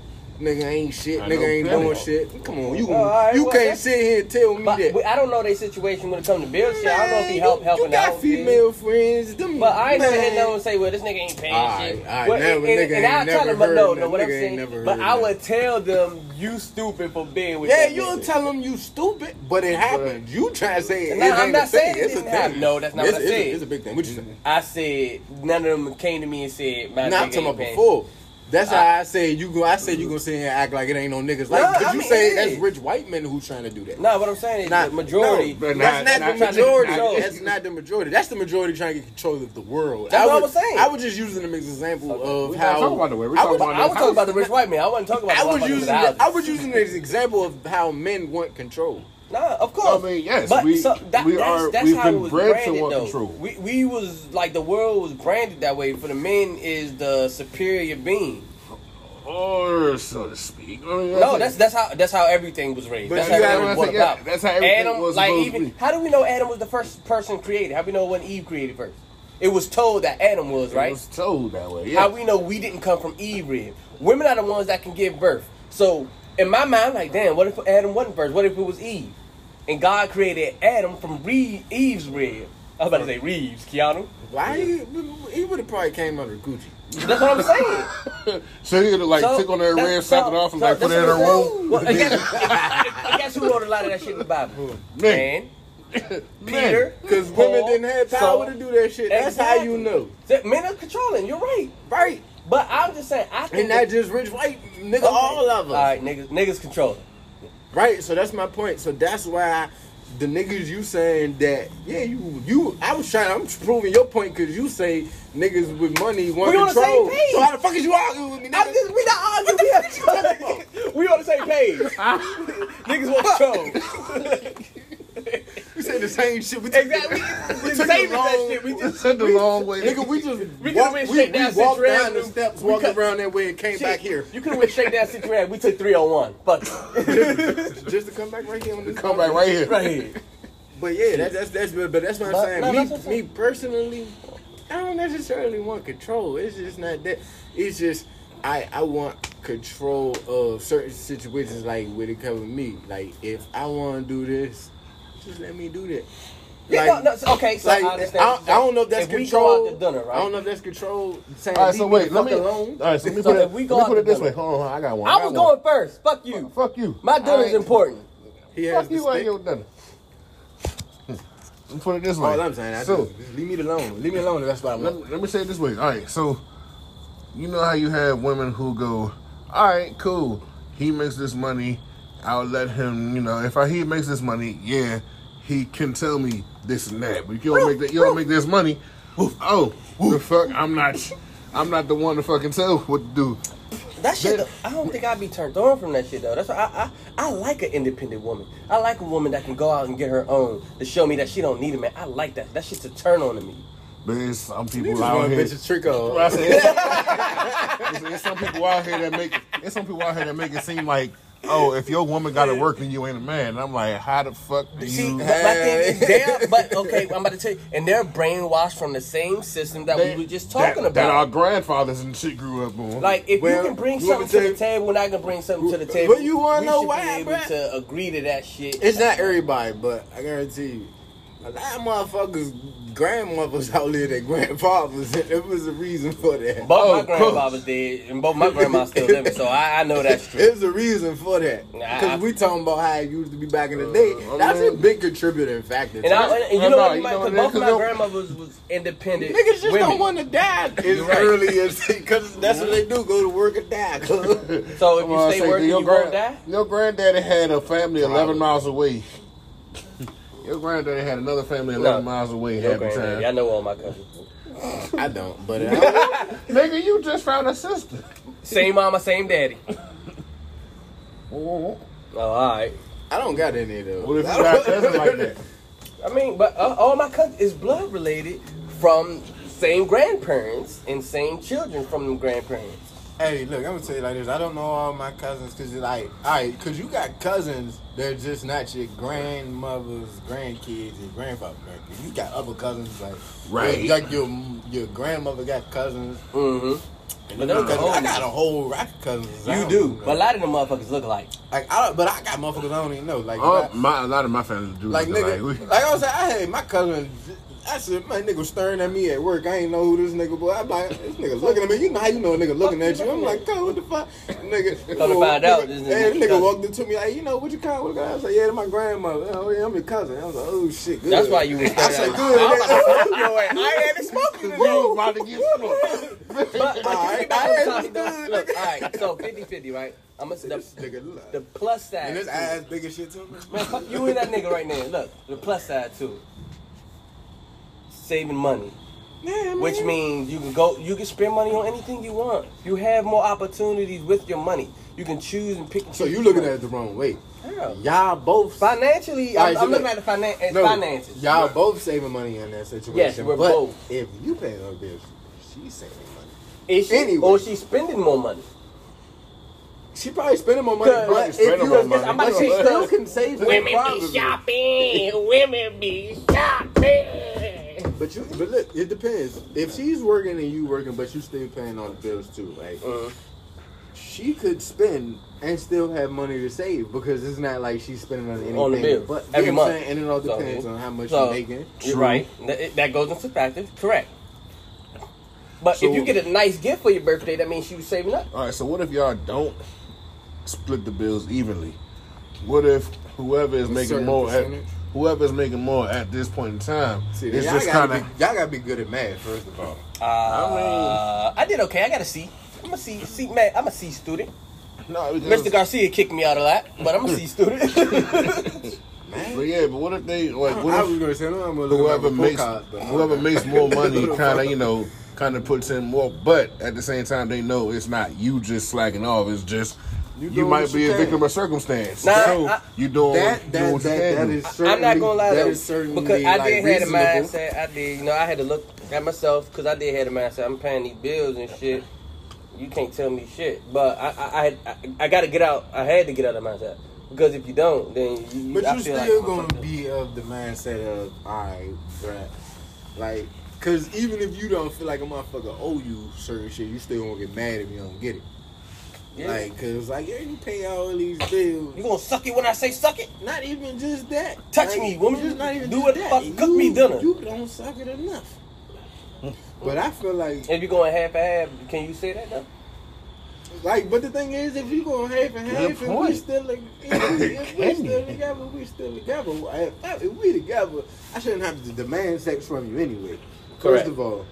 A: Nigga ain't shit.
B: I know
A: nigga ain't
B: plenty
A: doing
B: of
A: shit. Come on, you
C: Oh, all right,
A: you
C: well,
A: can't
C: that's-
A: sit here and tell me
C: But
A: that.
C: we- I don't know their situation when it comes to bills. Shit, I don't know if he
A: Man,
C: help
A: you-
C: helping
A: You got
C: out.
A: female friends. Them,
C: But I ain't gonna hit
A: man.
C: no and say, well, this nigga ain't paying
A: All
C: shit.
A: right, all right,
C: Well,
A: now
C: and,
A: a nigga
C: and,
A: ain't
C: and I'll tell
A: never
C: them, but no,
A: heard
C: no,
A: that
C: what I'm
A: nigga ain't never
C: saying. But
A: heard
C: I
A: that.
C: would tell them, you stupid for being with
A: Yeah,
C: that
A: you'll
C: nigga.
A: tell them you stupid, but it happened. You try to say it.
C: Nah,
A: it
C: I'm
A: ain't
C: not
A: a thing.
C: saying it
A: it's a
C: didn't
A: thing.
C: happen. No, that's not
A: it's,
C: what I
A: it's a-
C: said. Mm-hmm.
A: It's a big thing. What you say?
C: I said, none of them came to me and said, my
A: Not
C: nigga
A: talking
C: ain't
A: about
C: paying.
A: before. That's
C: I-
A: how I say you go. I say you gonna sit here and act like it ain't no niggas like.
C: Nah,
A: Because
C: Uh, I
A: you
C: mean,
A: say
C: it
A: that's
C: is.
A: rich white men who trying to do that.
C: Nah, what I'm saying is
A: Nah,
C: the majority.
A: no,
B: But
A: that's
B: not-
A: not, the
B: not-
A: majority.
C: not-
A: that's not the majority. That's the majority trying to get control of the world.
C: That's
A: I
C: what I
A: would,
C: was saying.
A: I was just using them as an example
C: Okay.
A: of
B: We're not
A: how.
B: talking about the way. We're
A: I
B: talking
A: was-
B: about
C: I was talking about the rich white man. I wasn't talking about
A: I
C: the
A: was
C: motherfuckers
A: using.
C: without
A: I was using it as an example of how men want control.
C: Nah, of
B: I
C: course.
B: mean, yes,
C: But
B: we-
C: so that,
B: we
C: that's,
B: are-
C: that's
B: we've
C: how
B: been
C: it was
B: bred to
C: branded,
B: want
C: though.
B: control.
C: We we was like the world was branded that way. For the men is the superior being.
B: or so to speak. I mean,
C: No, that's that's how that's how everything was raised.
B: But
C: That's
B: you
C: how
B: gotta
C: everything was
B: understand,
C: about.
B: yeah, that's how everything
C: Adam,
B: was
C: like
B: supposed to
C: even
B: be.
C: how do we know Adam was the first person created? How do we know when Eve created first? It was told that Adam was
B: right.
C: right.
B: was told that way. Yeah.
C: How we know we didn't come from Eve rib? Women are the ones that can give birth. So in my mind, I'm like, damn, what if Adam wasn't first? What if it was Eve? And God created Adam from Reeve, Eve's rib. I was about to say Reeves, Keanu.
A: Why he, would have probably came under Gucci.
C: That's what I'm saying.
B: so he like
C: So,
B: took on her
C: that's-
B: red socket
C: so-
B: off and
C: so
B: like put it
C: that's
B: in her
C: what I'm
B: room.
C: saying. Well, and guess, and guess who wrote a lot of that shit in the Bible?
B: Man.
C: Man. Peter.
A: Because
C: Paul,
A: women didn't have power
C: Saul.
A: to do that shit. That's how you
C: Exactly.
A: know.
C: That men are controlling. You're right.
A: Right.
C: But I'm just saying, I think
A: And not
C: that-
A: just rich white nigga,
C: Okay.
A: all of us.
C: All right, niggas, niggas controlling.
A: Right, so that's my point. So that's why the niggas you saying that yeah you you I was trying I'm proving your point because you say niggas with money want
C: We on the same
A: control.
C: page.
A: So how the fuck is you arguing with me?
C: I'm
A: Nigga?
C: just, we not arguing. We, have, we on the same page. Niggas want control.
A: We said the same shit. We
C: Exactly. We, we
A: took
C: same as
A: it
C: that
A: long.
C: shit. We just.
B: Took the long way.
A: Nigga, we just
C: We could've
A: walked,
C: went
A: we,
C: straight
A: we
C: down Sixth
A: walked down the
C: Avenue.
A: steps,
C: We
A: walked
C: cut-
A: around that way, and came back here
C: You could have went straight down six grand. We took 301. Fuck it.
A: just to come back right here on this
B: Come back right here.
C: Right here.
A: But yeah, that's that's that's but but that's what I'm
C: But-
A: saying.
C: no,
A: me,
C: that's what I'm saying.
A: me personally, I don't necessarily want control. It's just not that. It's just I I want control of certain situations, like when it comes to me. Like if I want to do this, just let me do that.
C: Yeah,
A: Like-
C: no, no, so- okay, so
A: like
C: I
A: I,
C: understand. what you're
A: I don't know if that's
C: saying. we
A: control.
C: go out to dinner, right?
A: I don't know if that's control. Saying,
B: All right, so
A: "Leave
B: wait.
A: the
B: Let
A: fuck
B: me. All
A: alone."
B: right, so let me
C: So
B: put
C: if
B: it.
C: we
B: We
C: go
B: let me
C: out
B: put it
C: the
B: this way.
C: door.
B: Hold on, hold on, I got one.
C: I
B: got
C: was
B: one.
C: going first. Fuck you.
B: Fuck you.
C: My dinner's
B: All right.
C: important.
A: He has
B: Fuck
A: the
B: you and
A: stick.
B: your dinner. Hmm. Let me put it this way.
A: All I'm saying, I
B: so
A: just, leave me alone. Leave me alone. if That's what I
B: let,
A: want.
B: me- let me say it this way. All right, so you know how you have women who go, all right, cool. He makes this money. I'll let him. You know, if I, he makes this money, yeah, he can tell me this and that. But you don't make that. You don't make this money. Oh, the fuck! I'm not. I'm not the one to fucking tell what to do.
C: That shit, though, I don't think I'd be turned on from that shit though. That's why I, I I like an independent woman. I like a woman that can go out and get her own to show me that she don't need a man. I like that. That shit's a turn on to me.
B: But it's some
A: You
B: people
A: just
B: out
A: want a
B: here.
A: bitch to trick off.
B: Well, I said, it's- it's, it's some people out here that make it's some people out here that make it seem like oh if your woman got to work then you ain't a man. And I'm like how the fuck do
C: See,
B: you?
C: but my thing is, they're, but okay, I'm about to tell you, and they're brainwashed from the same system that
B: that-
C: we were just talking
B: that,
C: about.
B: that our grandfathers and shit grew up on.
C: like, if
A: Well,
C: you can bring
A: you want me
C: something to
A: to
C: the table, and I can bring something to the
A: But
C: table,
A: you wanna
C: we
A: know
C: should
A: why,
C: be able
A: bruh?
C: to agree to that shit.
A: It's not everybody, but I guarantee you, a lot of motherfuckers, grandmothers outlived their grandfathers. and There was a reason for that.
C: both
B: Oh,
C: my grandfathers
B: course.
C: did, and both my grandma's still living, so I, I know that's true.
A: There's a reason for that.
C: Nah, I-
A: Because we talking about how it used to be back in the day.
B: Uh, I
A: That's a
B: mean-
A: big contributing factor. to
C: And, I,
A: it.
C: and, and you
B: No,
C: know
B: no,
C: what?
B: you
C: my-
B: know what
C: 'cause
B: it is?
C: both of
B: 'Cause
C: my
B: yo-
C: grandmothers was independent.
A: Niggas just
C: women.
A: don't want to die as
C: You're right.
A: early as because that's what they do. Go to work and die. cuz.
C: So if
B: I'm gonna
C: you
B: say,
C: stay working,
B: your
C: you
B: grand-
C: won't die.
B: Your granddaddy had a family 11 miles away. Your granddaddy had another family 11
C: No.
B: miles away.
C: Your
B: half the
A: uh,
C: granddaddy. I
B: time.
C: know all my cousins.
A: I don't, but I,
B: Nigga, you just found a sister.
C: Same mama, same daddy. Oh, all right.
A: I don't got any of those.
B: What if you got a cousin like that?
C: I mean, but uh, all my cousins is blood related from same grandparents and same children from them grandparents.
A: Hey, look, I'm gonna tell you like this. I don't know all my cousins because like, all right, because you got cousins they're just not your grandmother's grandkids, your grandfather's grandkids. You got other cousins like,
B: Right.
A: Like your your grandmother got cousins.
C: Mm-hmm.
A: And
C: But
A: your
C: those are
A: cousins- I
C: old.
A: got a whole rack of cousins. I
C: You
A: don't
C: do,
A: know.
C: but a lot of them motherfuckers look alike.
A: like, I don't, but I got motherfuckers I don't even know. Like,
B: Oh,
A: I-
B: my, a lot of my family do
A: like
B: look alike.
A: nigga, like,
B: We-
A: I was saying, I had my cousin. I said, my nigga was staring at me at work. I ain't know who this nigga was. I'm like, this nigga looking at me. You know how you know a nigga looking at you. I'm like, God, what the fuck? Nigga.
C: Come to find out, this
A: Nigga,
C: is
A: hey,
C: his
A: this nigga
C: cousin.
A: walked up to me like, you know, what you call what you call? I said, yeah, that's my grandmother. Oh, yeah, I'm your cousin. I was like, oh, shit, good.
C: That's why you was
A: I
C: staring
A: said,
C: at
A: good. nigga.
C: I ain't smoking
B: We was about to get smoked.
C: But, but
A: All
C: you
A: right,
C: think about
A: all
C: it,
A: right,
C: though, look, all right, so 50-50, right? I'm gonna
A: This
C: the,
A: nigga lie.
C: the plus side.
A: And his
C: to it.
A: ass big as shit too. man.
C: Man, fuck you and that nigga right now. Look, the plus side too. Saving money,
A: Yeah,
C: which
A: man.
C: means you can go, you can spend money on anything you want. You have more opportunities with your money. You can choose and pick. And
A: So
C: choose
A: you looking
C: your
A: at it the wrong way.
C: How?
A: Y'all both.
C: financially.
A: All
C: I'm,
A: right,
C: I'm
A: so
C: looking
A: look.
C: at the finan- at
A: No,
C: finances.
A: Y'all both saving money in that situation.
C: Yes, we're
A: but
C: both.
A: If you paying her bills, she's saving money.
C: Is she,
A: anyway.
C: or she's spending more money.
A: She probably spending more money.
C: Cause-
A: But
B: She's
A: if
B: spending
A: you,
B: more
A: but
B: money.
A: I'm about to say,
C: Cause-
A: still can save for the problem.
C: shopping. Women be shopping.
A: But you, but look, it depends. If she's working and you working, but you still paying all the bills too, right?
C: Mm-hmm.
A: She could spend and still have money to save because it's not like she's spending on anything.
C: On the bills
A: but
C: every
A: you know what I'm
C: month.
A: saying? and it all
C: So-
A: depends on how much
C: so-
A: you're making.
C: You're
B: True.
C: right. That, that goes into perspective. Correct. But
B: So-
C: if you get a nice gift for your birthday, that means she was saving up.
B: All right, so what if y'all don't split the bills evenly? What if whoever is making
A: certain
B: more at
A: percentage?
B: whoever is making more at this point in time
A: See,
B: is
A: y'all
B: just
A: gotta
B: kind of
A: be- y'all gotta be good at math first of all.
C: Uh, I, did okay. I got a C. I'm a C. C man, I'm a C student.
B: no, because
C: Mr. Garcia kicked me out a lot, but I'm a C student.
B: But yeah, but what if they like
A: I
B: what
A: was
B: if
A: gonna say no, I'm gonna look
B: whoever
A: up a
B: makes
A: Pocahontas, but I don't
B: whoever
A: know.
B: makes more money kind of you know kind of puts in more, but at the same time they know it's not you just slacking off. It's just you,
A: You doing
B: might
A: what
B: be
A: you
B: a
A: can.
B: victim of circumstance.
C: Nah,
B: so
C: I-
B: you doing
A: that
B: doing
A: that
B: what
A: that,
B: you can
A: that
B: do.
A: is certainly
C: I'm not gonna lie
A: that
C: though,
A: is certainly
C: because I
A: like,
C: did have the
A: reasonable.
C: mindset. I did, you know, I had to look at myself because I did have the mindset. I'm paying these bills and shit. You can't tell me shit, but I I, I, I, I got to get out. I had to get out of the mindset because if you don't, then you.
A: But
C: I
A: you
C: feel like
A: still
C: I'm fucked
A: gonna
C: up.
A: be of the mindset of alright, bruh. Like, cause even if you don't feel like a motherfucker owe you certain shit, you still gonna get mad if you don't get it.
C: Yeah.
A: Like, cause like yeah, you pay all these bills.
C: You gonna suck it when I say suck it?
A: Not even just that.
C: Touch
A: Like,
C: me, woman.
A: Just not even
C: Do
A: just
C: what the
A: that.
C: fuck-
A: You,
C: cook me dinner.
A: You don't suck it enough. But I feel like,
C: If you going half half, can you say that though?
A: like, but the thing is, if you going half and half, and we
B: point.
A: still, if, if we still together, we still together. If, if we together, I shouldn't have to demand sex from you anyway.
C: Correct.
A: First of all,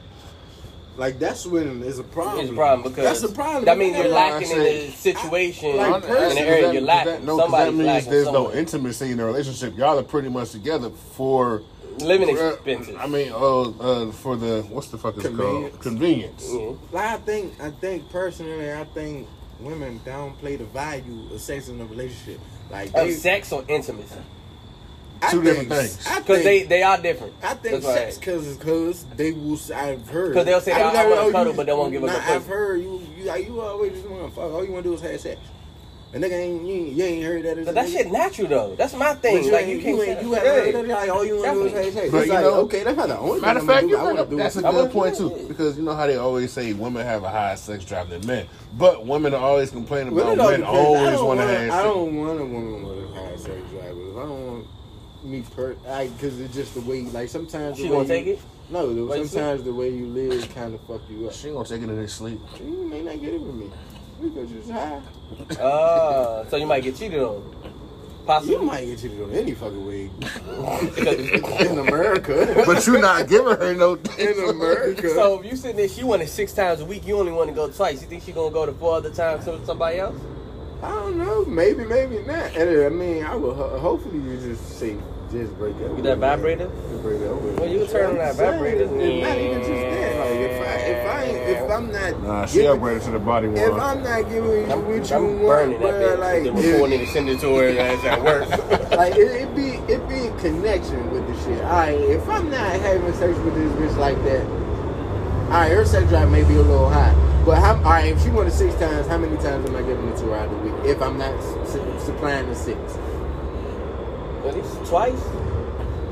A: like that's when it's a problem.
C: It's a problem because
A: that's a problem.
C: That means you're
A: Like,
B: like I
C: lacking in
B: said,
C: the situation
A: I- like,
C: and
A: personally,
C: the area
B: that-
C: you're
B: that-
C: lacking.
B: no, 'cause that
C: Somebody's
B: means
C: lacking.
B: there's no
C: somewhere.
B: intimacy in the relationship. Y'all are pretty much together for
C: Living
B: for-
C: expenses.
B: I mean, uh, uh, for the what's the fuck is it called
A: Convenience.
B: convenience.
C: Yeah.
A: Like I think, I think personally, I think women downplay the value of sex in a relationship. Like
C: Of
A: they-
C: sex or intimacy?
A: I
B: Two
A: think-
B: different things.
A: I
C: Because
A: think,
C: they, they are different.
A: I think
C: That's why-
A: sex cause is cause they will. s- I've heard
C: 'Cause they'll say,
A: I've
C: "I- I
A: never-
C: wanna
A: oh, you-
C: cuddle," but they won't give up
A: nah,
C: the pussy.
A: I've heard you. You like you always just want to fuck. All you want to do is have sex. A nigga ain't you, ain't- you ain't heard that. as
C: But
A: a
C: that
A: nigga.
C: shit natural though. That's my
A: But
C: thing. like you
A: ain't-
C: can't.
A: ain't-
C: say
A: you
C: that.
A: have heard
C: Yeah.
A: that. Like all you want to do
C: Definitely.
A: is have sex.
B: But
A: It's
B: you
A: like
B: know-
A: okay, that's not the only
B: Matter of
A: thing I'm
B: fact,
A: gonna do.
B: you
A: I
B: bring
A: want
B: up,
A: to do.
B: that's a
A: it.
C: I
B: good
C: wanna
B: point
C: do
B: too
C: it.
B: because you know how they always say women have a higher sex drive than men, but women are always complaining
A: Well,
B: about
A: it all depends.
B: men
A: I
B: always
A: don't
B: want to
A: wanna-
B: have.
A: I
B: sex.
A: don't want a woman with a high sex drive. If I don't want me per, I because it's just the way. Like sometimes
C: She
A: the way
C: gonna
A: you-
C: take it?
A: No, the-
C: Wait, see?
A: sometimes the way you live kind of fuck you up.
B: She gonna take it in her sleep.
A: You may not get it with me because you're just high.
C: Ah, so you might get cheated on. Possibly.
A: You might get cheated on any fucking way
C: Because-
A: in America.
B: But you're not giving her no.
A: in America,
C: so if you sitting there, she wanted six times a week. You only want to go twice. You think she gonna go to four other times to somebody else?
A: I don't know. Maybe, maybe not. And I mean, I will. ho- Hopefully, you just say just break up.
C: With that vibrator?
A: Break up. with
C: Well,
A: it.
C: you can turn on that
A: Saying,
C: vibrator.
A: It's not even just that. Like if I, if I, if I'm not,
B: Nah, she
A: giving-
B: upgraded to the body one.
A: If I'm not giving you
C: I'm,
A: what you
C: I'm
A: want,
C: burning that
A: bruh,
C: bitch.
A: like,
C: Then
A: if-
C: recording and sending it to her as at work.
A: like it, it be it be in connection with the shit. Alright, if I'm not having sex with this bitch like that, alright, her sex drive may be a little high. But how alright, if she wanted six times, how many times am I giving it to her out of the week if I'm not su- supplying the six?
C: At least twice.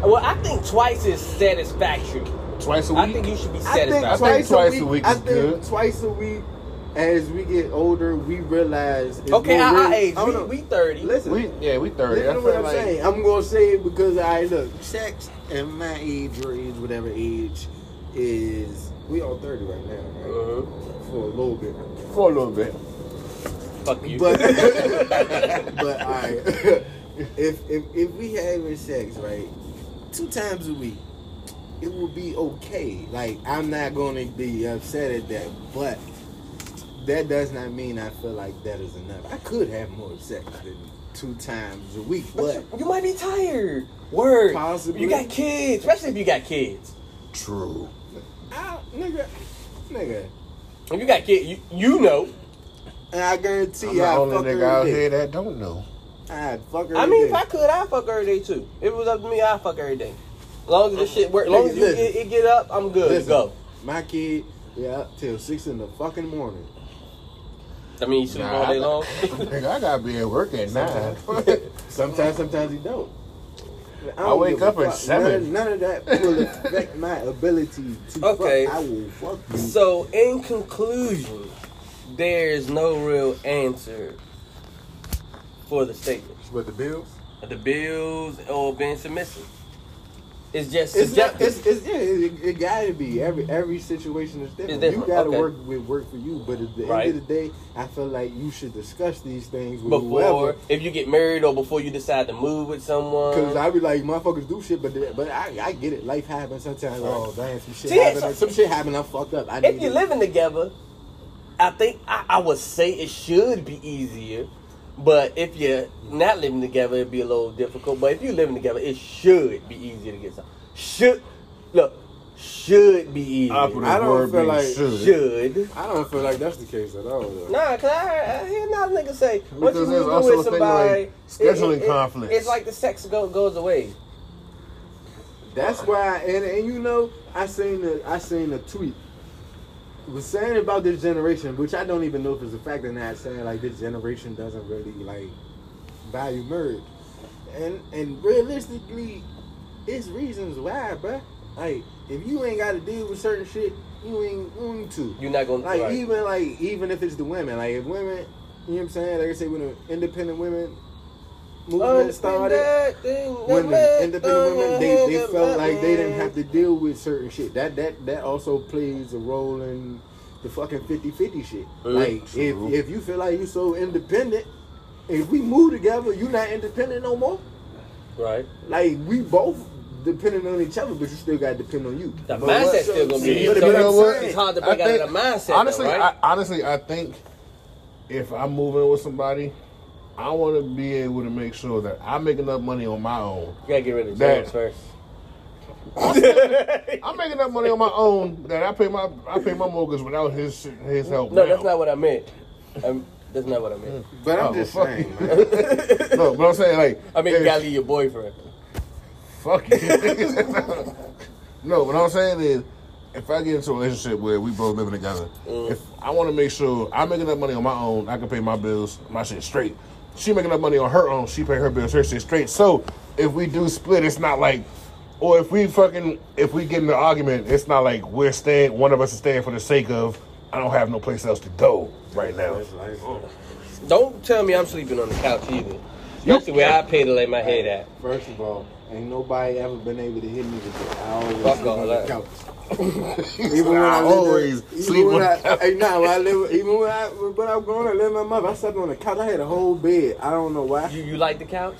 C: Well, I think twice is satisfactory.
B: twice a week.
C: I think you should be
A: I think
C: satisfied.
B: I think
A: twice,
B: twice
A: a week.
B: a week
A: I
B: is
A: think
B: good.
A: twice a week as we get older we realize it's
C: Okay,
A: more
C: our, our
A: real-
C: age,
A: Hold
C: we,
A: on.
C: we thirty.
A: listen
B: we yeah we thirty.
A: Listen
B: I
A: to what
B: feel
A: I'm
B: like
A: saying. I'm gonna say it because I look sex at my age, your age, whatever age is. We all thirty right now, right?
C: Uh-huh.
A: For a little bit,
B: for a little bit.
C: Fuck you.
A: but but I if if if we having sex right two times a week, it will be okay. Like I'm not gonna be upset at that, but. That does not mean I feel like that is enough. I could have more sex than two times a week,
C: But
A: but
C: you, you might be tired. Word.
A: Possibly.
C: You got kids, especially if you got kids.
B: True.
A: I, nigga, nigga.
C: If you got kids, you, you know.
A: And I guarantee
B: I'm
A: you,
B: the
A: I'd
B: only
A: fuck
B: nigga out
A: her
B: here
A: today.
B: that don't know.
A: I'd fuck her
C: I mean, if
A: today.
C: I could, I would fuck every day too. If it was up to me, I would fuck every day. As long as this shit work, as long as you,
A: Listen.
C: it, it get up, I'm good
A: Listen,
C: to go.
A: My kid, yeah, up till six in the fucking morning.
C: I mean, you sleep
B: Nah,
C: all day
B: I-
C: long.
B: Nigga, I gotta be at work at nine.
A: Sometimes, sometimes he don't.
B: I
A: don't
B: wake
A: give a
B: up at
A: fuck.
B: seven.
A: None of, none of that will affect my ability to
C: Okay.
A: fuck. I will fuck you.
C: so, in conclusion, there's no real answer for the statement.
A: but the bills?
C: The bills or being submissive. It's just
A: It's, not,
C: subjective.
A: it's, it's yeah, it, it gotta be every every situation is different.
C: different,
A: You gotta
C: okay.
A: work with work for you, but at the
C: Right.
A: end of the day, I feel like you should discuss these things with
C: before
A: whoever.
C: if you get married or before you decide to move with someone.
A: Cause I be like, motherfuckers do shit, but they- but I, I get it. Life happens sometimes. Oh damn, some shit
C: See,
A: happen.
C: so-
A: some shit happen. I'm fucked up. I
C: if
A: need
C: you're
A: it.
C: living together, I think I, I would say it should be easier. But if you're not living together, it'd be a little difficult. But if you're living together, it should be easier to get some. Should look should be easy.
B: Operative
A: I don't
B: word
A: feel
B: being
A: like-
B: should.
C: Should.
A: I don't feel like that's the case at all. Though.
C: Nah, cause I, I hear another nigga say once you
B: Because there's
C: move
B: also
C: in
B: a
C: with
B: thing
C: somebody,
B: like
C: it- it-
B: scheduling
C: it-
B: conflicts.
C: It's like the sex go, goes away.
A: That's why, and, and you know, I seen a, I seen a tweet It was saying about this generation, which I don't even know if it's a fact or not. Saying like this generation doesn't really like value marriage, and and realistically, it's reasons why, bruh. Like if you ain't got to deal with certain shit, you ain't going to.
C: You're not gonna
A: Like
C: right.
A: even like even if it's the women, like if women, you know what I'm saying? Like I say, when the independent women movement started women, independent women, they, they felt like they didn't have to deal with certain shit. That that that also plays a role in the fucking 50-50 shit.
B: Uh,
A: like
B: true.
A: if if you feel like you so independent, if we move together, you not independent no more.
C: Right.
A: Like we both dependent on each other, but you still gotta depend on you.
C: The
A: But
C: mindset's
A: what-
C: still gonna be
A: but
B: See,
C: there.
A: it-
B: but
C: So
A: but
B: you
A: it-
B: know what?
C: It's hard to break
B: I
C: out of
B: think-
C: the mindset, though,
B: Honestly,
C: right?
B: I, honestly, I think if I'm moving with somebody, I want to be able to make sure that I make enough money on my own.
C: You gotta get rid of
B: That-
C: drugs first.
B: I'm making enough money on my own that I pay my I pay my mortgage without his shit- his help.
C: No,
B: now.
C: that's not what I meant. Um, that's not what I meant.
A: But
B: Oh,
A: I'm just
B: well, fuck
A: saying,
B: you.
A: man.
B: No, but I'm saying like
C: I mean, you
B: if-
C: gotta leave your boyfriend.
B: Fuck you. no, what I'm saying is, if I get into a relationship where we both living together,
C: Mm.
B: if I want to make sure I make enough money on my own, I can pay my bills, my shit straight. She making enough money on her own, she pay her bills, her shit straight. So if we do split, it's not like, or if we fucking, if we get in an argument, it's not like we're staying, one of us is staying for the sake of, I don't have no place else to go right now.
A: That's life.
C: Don't tell me I'm sleeping on the couch either. Especially where I pay to lay my head at.
A: First of all, ain't nobody ever been able to hit me with it. I always
C: Fuck
A: sleep
C: all
A: on
C: that.
A: the couch. even when I, lived-
B: always
A: even
B: sleep
A: when
B: on
A: I,
B: the couch.
A: Hey, nah, when I live, even when I when I was growing up, living with my mother, I slept on the couch. I had a whole bed. I don't know why.
C: You, you like the couch?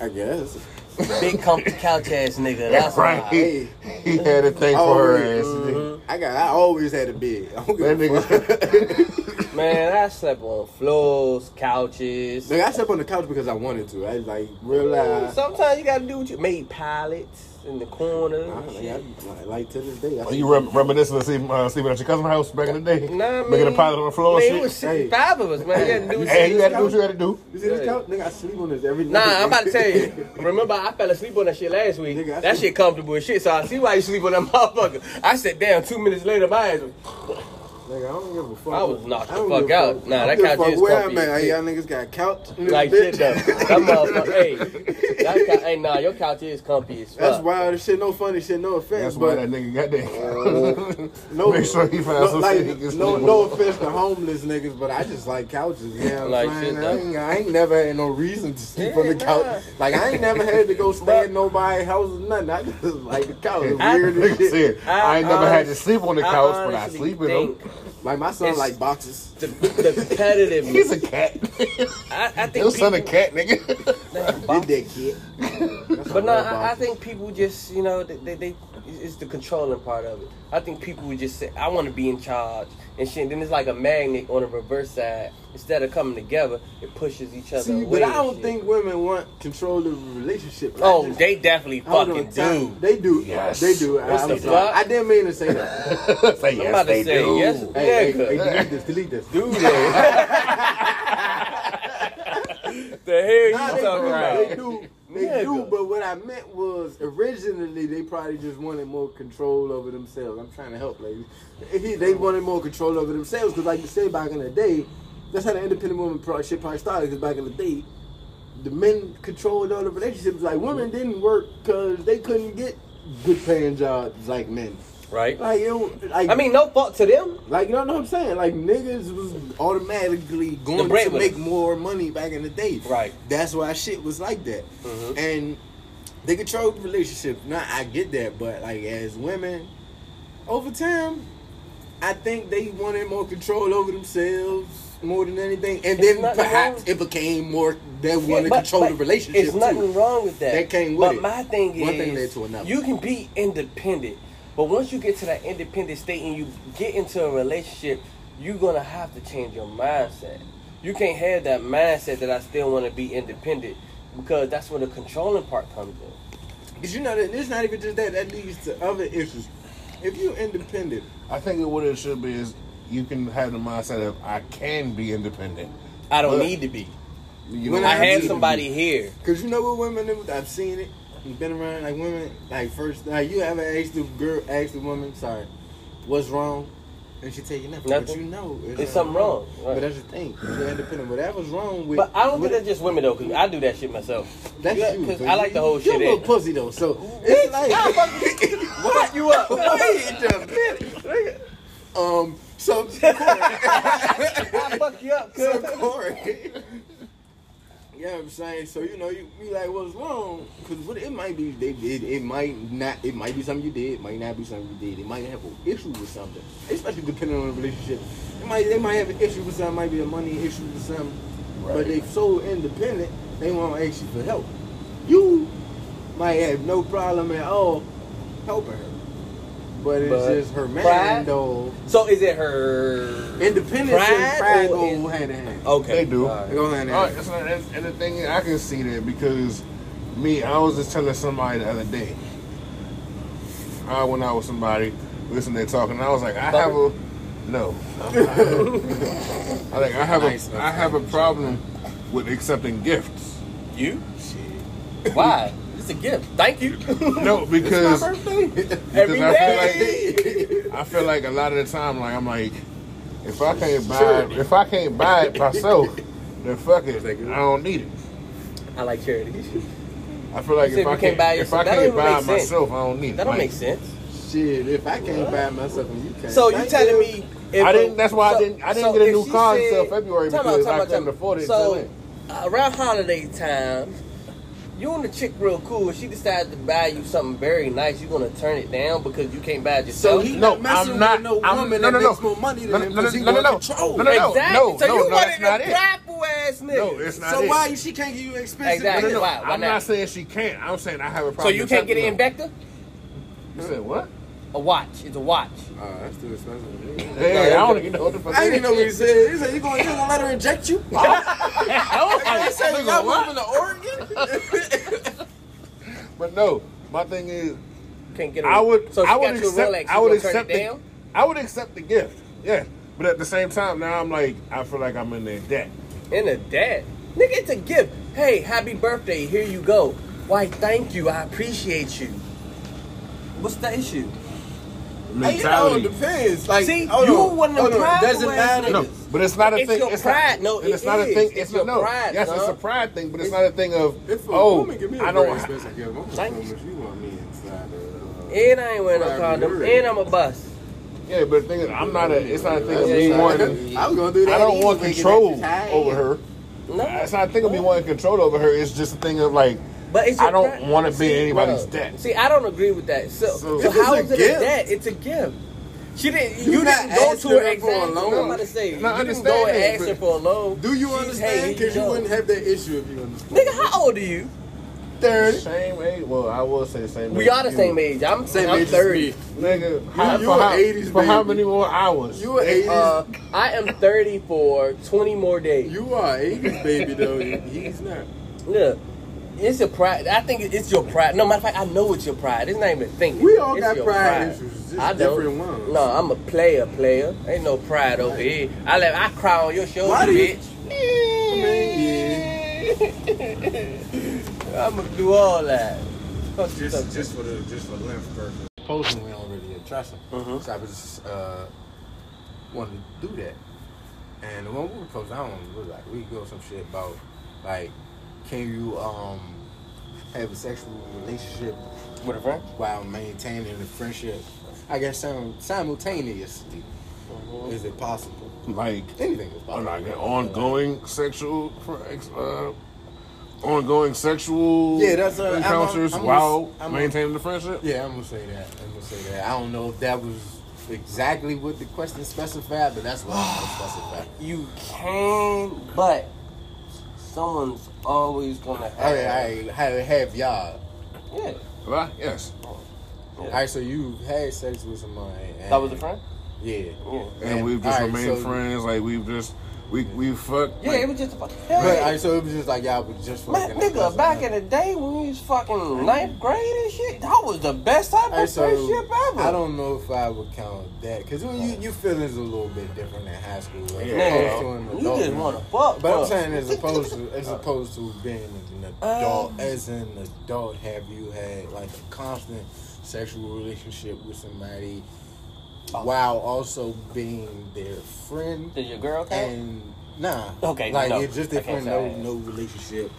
A: I guess.
C: Big comfy couch ass nigga. That's
B: right.
C: why.
B: He, he had a thing
A: Oh,
B: for her
A: yeah.
B: ass.
A: I got. I always had a bed. I don't
B: That
A: give a fuck.
B: nigga.
C: Man, I slept on floors, couches.
A: Nigga, I slept on the couch because I wanted to. I like
C: Ooh,
A: realized.
C: Sometimes you gotta do what you made pilots in the corner.
A: I,
C: and
A: like,
C: shit.
A: I- like, like to this day. I
B: Are you rem- reminiscing of sleeping, uh, sleeping at your cousin's house back in the day?
C: Nah, man.
B: Making a pilot on the floor
C: Man,
B: and
C: it was
B: shit.
C: six-
A: Hey.
C: five of us, man. You gotta do what
B: Hey,
C: you
B: you
C: gotta
B: gotta do what you gotta do.
A: you see this
C: Yeah.
A: couch? Nigga, I sleep on this every
C: Nah,
A: night.
C: I'm about to tell you. Remember, I fell asleep on that shit last week.
A: Nigga, I
C: that
A: sleep-
C: shit comfortable as shit. So I see why you sleep on that motherfucker. I sat down two minutes later. My ass was
A: Nigga, I don't give a fuck.
C: I was knocked
A: I don't
C: the fuck
A: give a
C: out. Nah,
A: I
C: that
A: give a
C: couch
A: fuck
C: is
A: where
C: comfy
A: I'm at.
C: as
A: Hey,
C: shit.
A: Y'all niggas got a couch. in this
C: like
A: bitch?
C: shit though. That motherfucker. hey, that cou- hey, nah, your couch is comfy as fuck.
A: That's wild as shit. No funny shit. No offense,
B: That's why
A: but
B: that nigga got
C: Uh,
B: that.
A: no,
B: Make sure he
A: no,
B: finds some
A: like,
B: shit he can sleep
A: no,
B: on.
A: no offense to homeless niggas, but I just like couches. Yeah, I'm
C: Like
A: saying?
C: shit,
A: I, ain't, I ain't never had no reason to sleep on the
C: Yeah,
A: couch.
C: nah.
A: Like I ain't never had to go stay in nobody's house or nothing. I just like the couch. It's weird as
B: Nigga
A: shit.
B: said, I ain't never had to
C: honest-
B: sleep on the
C: I
B: couch, but I
C: honestly
B: sleep in them.
C: think
A: Like my son
C: It's-
A: like boxes.
C: The, the competitive.
B: He's a cat.
C: I, I think
B: Your son a
C: people-
B: cat, nigga.
A: Did that kid? That's
C: But
A: a
C: no,
A: real
C: I, I
A: box.
C: think people just, you know, they, they, they it's the controlling part of it. I think people would just say, I want to be in charge and shit. Then it's like a magnet on the reverse side. Instead of coming together, it pushes each other
A: See,
C: away.
A: but I
C: and
A: don't
C: shit.
A: think women want control of a relationship. I
C: Oh,
A: just-
C: they definitely
A: I don't know,
C: fucking
A: time-
C: do.
A: They do.
B: Yes.
A: They do. I,
C: What
A: I'm
C: the
A: sorry.
C: fuck?
A: I didn't mean to say that.
B: Say
C: I'm about
B: yes,
C: to
B: they
C: say
B: do.
C: yes.
A: hey, hey,
C: Yeah,
A: hey, delete this. Delete this.
C: Do that. the hell you
A: Nah, they,
C: talking
A: do,
C: about?
A: they do. They
C: Nigga.
A: do. But what I meant was originally they probably just wanted more control over themselves. I'm trying to help, ladies. He- They wanted more control over themselves because, like you said, back in the day, that's how the independent woman pro- shit probably started. Because back in the day, the men controlled all the relationships. Like women didn't work because they couldn't get good paying jobs like men.
C: Right?
A: Like it, like
C: I mean, no fault to them.
A: Like you know what I'm saying? Like niggas was automatically going to
C: breadwinner.
A: make more money back in the day.
C: Right. Mm-hmm.
A: That's why shit was like that. And they controlled relationships. Now I get that, but like as women, over time, I think they wanted more control over themselves more than anything. And
C: It's
A: then
C: nothing
A: perhaps
C: wrong.
A: it became more they
C: Yeah,
A: wanted to
C: but-
A: control
C: but
A: the relationship.
C: It's nothing
A: too.
C: wrong with that.
A: That came with
C: but
A: it.
C: my thing
A: One
C: is,
A: thing led to another.
C: you can be independent, but once you get to that independent state and you get into a relationship, you're gonna have to change your mindset. you can't have that mindset that I still want to be independent because that's where the controlling part comes in.
A: Cause you know that it's not even just that. That leads to other issues. If you're independent,
B: I think that what it should be is you can have the mindset of I can be independent.
C: I don't
B: Look,
C: need to be.
B: You
A: When
B: don't
C: I
A: I
B: need to
C: have
B: be.
C: somebody here.
A: Cause you know what women do? I've seen it. I've been around like women. Like first, like you ever asked the girl, asked the woman, sorry, what's wrong? And she tell you nothing. But
C: Nothing.
A: you know,
C: There's something wrong.
A: But that's the thing. You're independent. Whatever's wrong with.
C: But I don't
A: with,
C: think that's just women though, because I do that shit myself.
A: That's
C: Yeah,
A: you.
C: 'cause
A: but
C: I like the whole
A: you,
C: shit
A: You're a
C: in.
A: little pussy though, so it's like.
C: Fuck you up.
A: Wait a minute. Um. So Corey.
C: I fuck you up.
A: so
C: cuz.
A: Corey. Yeah, I'm saying. So you know, you be like, "What's wrong?" Because what it might be, they did. It might not. It might be something you did. It might not be something you did. It might have an issue with something, especially depending on the relationship. It might. They might have an issue with something. Might be a money issue with something. But they so independent, they won't ask you for help. You might have no problem at all helping her, but it's
C: But
A: just her man
C: pride?
A: though.
C: So is it her
A: Independence
C: pride
A: and pride
C: or Oh,
A: go
C: is-
A: hand in hand.
C: Okay,
B: They do.
C: All right.
A: Go hand in
B: All right,
A: hand.
B: that's not, and, and the thing is, I can see that because me, I was just telling somebody the other day. I went out with somebody, listening to talking. And I was like, I have a no. I like I have
A: Nice,
B: a
A: nice,
B: I have a problem with accepting gifts.
C: You? Why? It's a gift. Thank you.
B: No, because
C: Every
B: because I feel like
C: day.
B: I feel like a lot of the time, like I'm like, if I can't buy it, if I can't buy it myself, then fuck it. I don't need it.
C: I like charity.
B: I feel like
C: You
B: if
C: said you
B: I
C: can't
B: can't
C: buy
B: if
C: yourself.
B: I
C: That don't
B: can't
C: even
B: buy
C: make
B: it
C: sense.
B: myself, I don't need it.
C: That don't
B: Like,
C: make sense.
A: Shit, if I can't buy myself and you can't.
C: So you
A: thank
C: telling me? if
B: I
C: a-
B: didn't- that's why I
C: so-
B: didn't- I didn't
C: so
B: get a
C: if
B: new
C: she
B: car until
C: said-
B: February
C: time out,
B: because
C: time
B: I
C: out,
B: couldn't
C: time out.
B: afford it until
C: So
B: then.
C: around holiday time, you and the chick real cool. If she decides to buy you something very nice, you gonna turn it down because you can't buy it
A: So
C: yourself.
A: he
B: No,
A: not messing
B: I'm not-
A: with no
B: I'm-
A: woman
B: no, no,
A: that
B: no.
A: makes more money
B: No,
A: than him
B: no, no,
A: because he
B: no, no,
A: want
B: no.
A: control.
B: No, no, no.
C: exactly. so
B: no,
C: you
B: no,
C: wanted
B: that's not
C: a
B: it.
C: crapple ass nigga.
B: No, it's not.
A: So
B: it.
A: why she can't give you expensive?
C: Exactly.
A: money?
C: Why- why
B: I'm
C: not?
B: not saying she can't. I'm saying I have a
C: So
B: problem.
C: you can't get it in
B: accepting
C: Invecta?
B: them. You said what?
C: A watch. It's a watch.
A: Oh, that's too expensive.
B: Hey, I don't even know what the fuck.
A: I didn't even
B: that
A: know what he said. He said you gonna, you gonna let her inject you? I said you got moving to Oregon.
B: is. But no, my thing is,
C: Can't get. a-
B: I would.
C: So she
B: I would
C: got you a Rolex,
B: accept. I
C: you
B: would
C: gonna turn
B: accept
C: it down.
B: the. I would accept the gift. Yeah, but at the same time, now I'm like, I feel like I'm in their debt.
C: And a dad. Nigga, it's a gift. Hey, happy birthday. Here you go. Why, thank you. I appreciate you. What's the issue?
A: Hey, it all
B: Mentality.
A: depends. Like,
C: See,
A: hold
C: you
A: on,
C: one of them
A: hold on.
C: proud
A: Doesn't
C: ass
A: matter.
B: No, but it's not a
C: It's
B: thing.
C: your pride.
B: Not,
C: No,
B: and
C: it
B: it's not a
C: is.
B: thing.
C: It's
B: It's,
C: your
B: not, no.
C: pride,
B: yes, it's
C: dog.
B: a pride thing, but it's,
C: It's-
B: not a thing of.
A: If a
B: oh,
A: woman give me a
B: I don't.
A: very expensive gift, I'm gonna
C: Thank
A: tell
C: you.
A: her she want me inside. of, uh,
C: And I ain't wearing no
A: Right,
C: condom.
A: you're right.
C: And I'm a bus.
B: Yeah, but the thing is, I'm not a. It's not a thing of
C: Yeah,
B: me
C: yeah.
B: wanting.
A: I was gonna do that.
B: I don't
A: anyway,
B: want
A: 'cause that's
B: control
A: just how I
B: over
A: am.
B: her.
C: No.
B: It's not a thing of me wanting control over her. It's just a thing of like.
C: But it's
B: I
C: your
B: don't
C: pride.
B: wanna be
C: See,
B: anybody's
C: bruh.
B: dad.
C: See, I don't agree with that. So,
B: So-
C: so,
A: If it's
C: how
A: a
C: is it
A: gift-
C: a debt? It's a gift. She didn't.
A: You
C: You,
A: not
C: didn't go to
A: asking
C: her
A: her for a
C: exactly.
A: loan.
C: I'm about to say.
B: No,
C: you didn't
B: understand
C: go
B: that,
C: and ask
B: but
C: her for a loan.
A: Do you
C: She's, "Hey,
A: understand?
C: here
A: Because you
C: go."
A: wouldn't have that issue if you understood.
C: Nigga, how old are you?
A: Thirty.
B: Same age. Well, I will say same.
C: We
B: age
C: are the
B: as you.
C: same age. I'm
A: Same
C: I'm
A: age as
C: 30.
A: me.
B: Nigga, how,
A: you
B: for,
A: a
B: how,
A: 80s
B: for how
A: baby.
B: many more hours?
A: You an eighties.
C: Uh, I am 30 for 20 more days.
A: you are eighties baby though. He's not.
C: Look, it's your pride. I think it's your pride. No matter of fact, I know it's your pride. It's not even a thing.
A: We all
C: It's
A: got
C: your
A: pride issues, just
C: know.
A: different ones.
C: No, I'm a player, player. Ain't no pride over here. I let I cry on your shoulder,
A: Why do you-
C: bitch.
A: I mean,
C: I'ma do all that. Fuck you,
D: Just,
C: fuck you.
D: just for the, just for length purpose. Posting we already addressed them.
A: Uh-huh.
C: Mhm.
D: So I was just uh, wanted to do that. And the one we were posting, I don't remember, it was like we go some shit about like, can you um have a sexual relationship
C: With a friend?
D: while maintaining the friendship? I guess sim- simultaneously.
A: Uh-huh.
D: Is it possible?
B: like
D: Anything is
B: Or
D: possible.
B: like an ongoing sexual, uh, ongoing sexual
D: Yeah, that's, uh, I'm-
B: encounters
D: I'm- I'm-
B: while
D: I'm-
B: maintaining the friendship.
D: Yeah, I'm gonna say that. I'm gonna say that. I don't know if that was exactly what the question specified, but that's what I specified.
C: You can, but someone's always gonna
A: Oh,
C: have.
D: I, I have, have y'all.
C: Yeah.
B: Right? Yes.
D: All right, so you had sex with somebody. And,
C: That was a friend?
D: Yeah.
C: Yeah.
B: And we've just
D: all right,
B: remained
D: so-
B: friends. Like we've just We we fucked.
C: Yeah, it was just a fucking hell.
A: But,
C: yeah.
A: alright, so it was just like y'all was just
C: Man,
A: fucking.
C: nigga, back in the day when we was fucking ninth grade and shit, that was the best type
A: Alright,
C: of
A: so
C: friendship ever.
A: I don't know if I would count that because you you feelings a little bit different in high school. Right?
C: Nigga, you just
A: want
C: wanna fuck.
A: But I'm
C: fuck.
A: saying as opposed to as
C: Oh.
A: opposed to being an adult,
C: Um.
A: as an adult, have you had like a constant sexual relationship with somebody while also being their friend?
C: Oh. Did your girl count?
A: And nah,
C: Okay,
A: like
C: no,
A: it's just
C: I can't
A: different. No,
C: say I-
A: no relationship.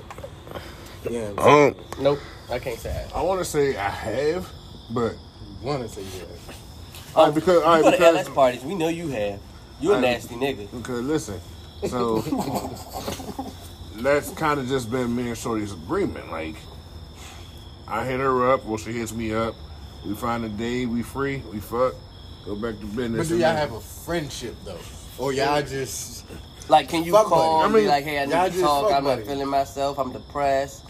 A: Yeah,
B: Um,
C: Nope, I can't say that.
B: I want to say I have, but
A: want to say yes.
B: all right, because all
C: Oh,
B: right,
C: you go to
B: because,
C: LS parties, we know you have. You a
B: I-
C: nasty nigga.
B: because listen, so that's kind of just been me and Shorty's agreement. Like, I hit her up, well, she hits me up. We find a day, we free, we fuck, go back to business.
A: But do
B: and
A: y'all
B: then-
A: have a friendship though, or y'all just
C: Like, can you
A: Fuck
C: call
A: buddy.
C: and
B: I
C: be
B: mean,
C: like, hey, I
A: y'all
C: need to
A: just
C: talk.
A: fuck
C: I'm not
A: buddy.
C: feeling myself. I'm depressed.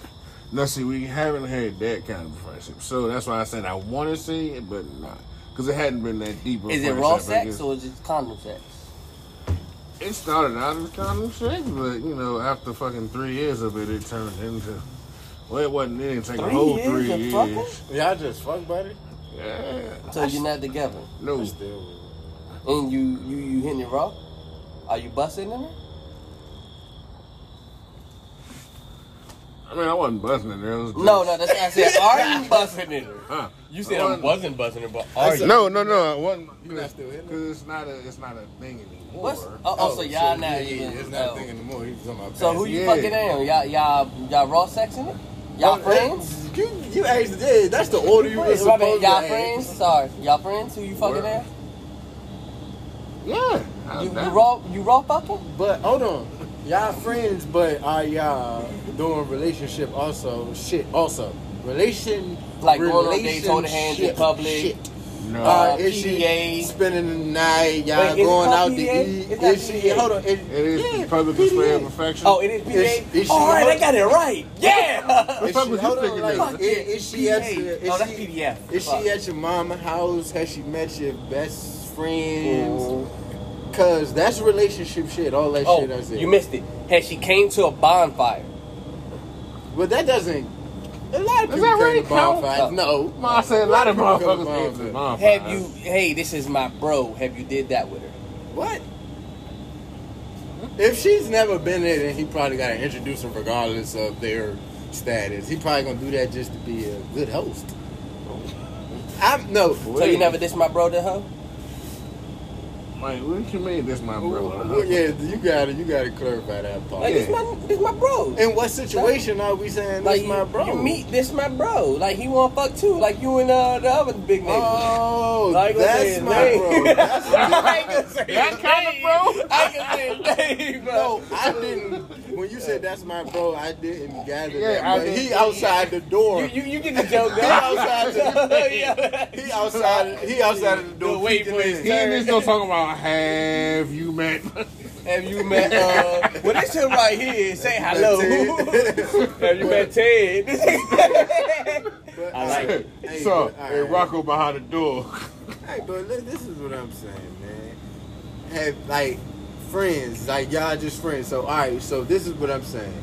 B: Now, see, we haven't had that kind of friendship, so that's why I said I want to see it, but not because it hadn't been that deep. of
C: Is it
B: friendship,
C: raw
B: I
C: sex
B: guess.
C: or is it condom sex?
B: It started out as condom sex, but you know, after fucking three years of it, it turned into. Well, it wasn't. It didn't take a
C: Three
B: whole
C: years
B: three
C: of
B: years.
C: fucking?
A: y'all just fuck buddy?
B: Yeah.
C: So you're not together.
B: No.
A: I still would.
C: And you, you, you hitting it raw? Are you busting in her?
B: I mean, I wasn't busting it. There was just,
C: No, no, that's not I said. Are you busting in her?
B: Huh.
C: You
B: said I
C: wasn't busting her, but are
B: No, no, no. I wasn't.
A: You're not still hitting it?
B: Because it's not a. It's not a thing anymore.
C: What's, oh, oh, so y'all not
A: yeah,
C: even.
A: It's
C: oh.
A: not thing anymore. He's talking about.
C: So who you
B: Yeah.
C: fucking down? Y'all, y'all, y'all raw sexing it? Y'all friends?
A: Oh, You, you asked. Yeah, that's the order you were
C: Wait, my bad,
A: supposed
C: y'all
A: to
C: friends?
A: ask.
C: Sorry, y'all friends? Who you fucking
B: Word.
C: down?
B: yeah. I-
C: You, you
B: that-
C: raw, you raw fucking?
A: But hold on, y'all friends, but are y'all doing relationship also? Shit, also relation
C: Like going on dates, holding hands in
A: relationship
C: public.
A: Shit.
B: No.
A: Uh,
C: Uh,
A: is she
C: PDA.
A: spending the night?
C: Wait,
A: Y'all
C: is it
A: going
C: called
A: out to
C: PDA?
A: eat?
C: It's not
A: Is she?
C: PDA.
A: Hold on. It,
B: it is
A: yeah,
B: the public display of
A: PDA.
B: affection.
C: Oh, it is
A: Is-
C: PDA?
A: is she
C: All right, I
A: holding-
C: got it right. Yeah!
A: Is
B: Fuck
A: she,
B: what you
A: hold on,
B: thinking
A: like,
B: is.
A: i- is, she at
C: PDA.
A: your, is
C: Oh, that's
A: she-
C: PDF.
A: Is
C: Fuck.
A: she at your mama house? Has she met your best
B: Mm.
A: friends? Cause that's relationship shit. All that shit I
C: Oh,
A: said.
C: you missed it. Had she came to a bonfire?
A: but that doesn't. A lot of
B: Does
A: people
B: that really
A: came to
B: count?
A: bonfires.
C: Uh,
A: No.
B: Ma, I said a lot of
A: Fuck
B: motherfuckers
A: about
B: came to the
A: that.
B: bonfire.
C: Have you? Hey, this is my bro. Have you did that with her?
A: What? If she's never been there, then he probably got to introduce them regardless of their status. He probably gonna do that just to be a good host. I'm no.
C: So you never dissed my bro to her?
B: Wait, what you mean? This my
A: Well,
B: brother.
A: yeah, you gotta you gotta clarify that part.
C: Like this my this my bro.
A: In what situation are we saying
C: Like
A: that's
C: you,
A: my bro?
C: you meet this my bro. Like he want fuck too. Like you and uh, the other big nigga.
A: Oh,
C: I ain't gonna say
A: that's
C: his
A: my
C: name.
A: bro. That's,
C: I ain't gonna say
B: That
C: his
B: kind of
C: name.
B: bro?
C: I can say his name, bro.
A: no, I didn't. When you said that's my bro, I didn't gather
B: Yeah,
A: that.
B: I
A: but he
B: didn't.
A: outside the door.
C: You, you you get the joke,
A: he outside the.
C: though.
A: He outside. He outside of the door.
C: Don't wait
A: peeking
C: for his
B: He
A: in.
B: and this no talking about. Have you met?
C: Have you met? Uh, well, this him right here. Say hello. Have you met Ted?
A: But,
C: I like it.
A: Hey,
B: so,
A: but, all
B: hey,
A: right.
B: Rocco behind the door.
A: Hey, but look, this is what I'm saying, man. Have like friends, like y'all just friends. So all right, so this is what I'm saying.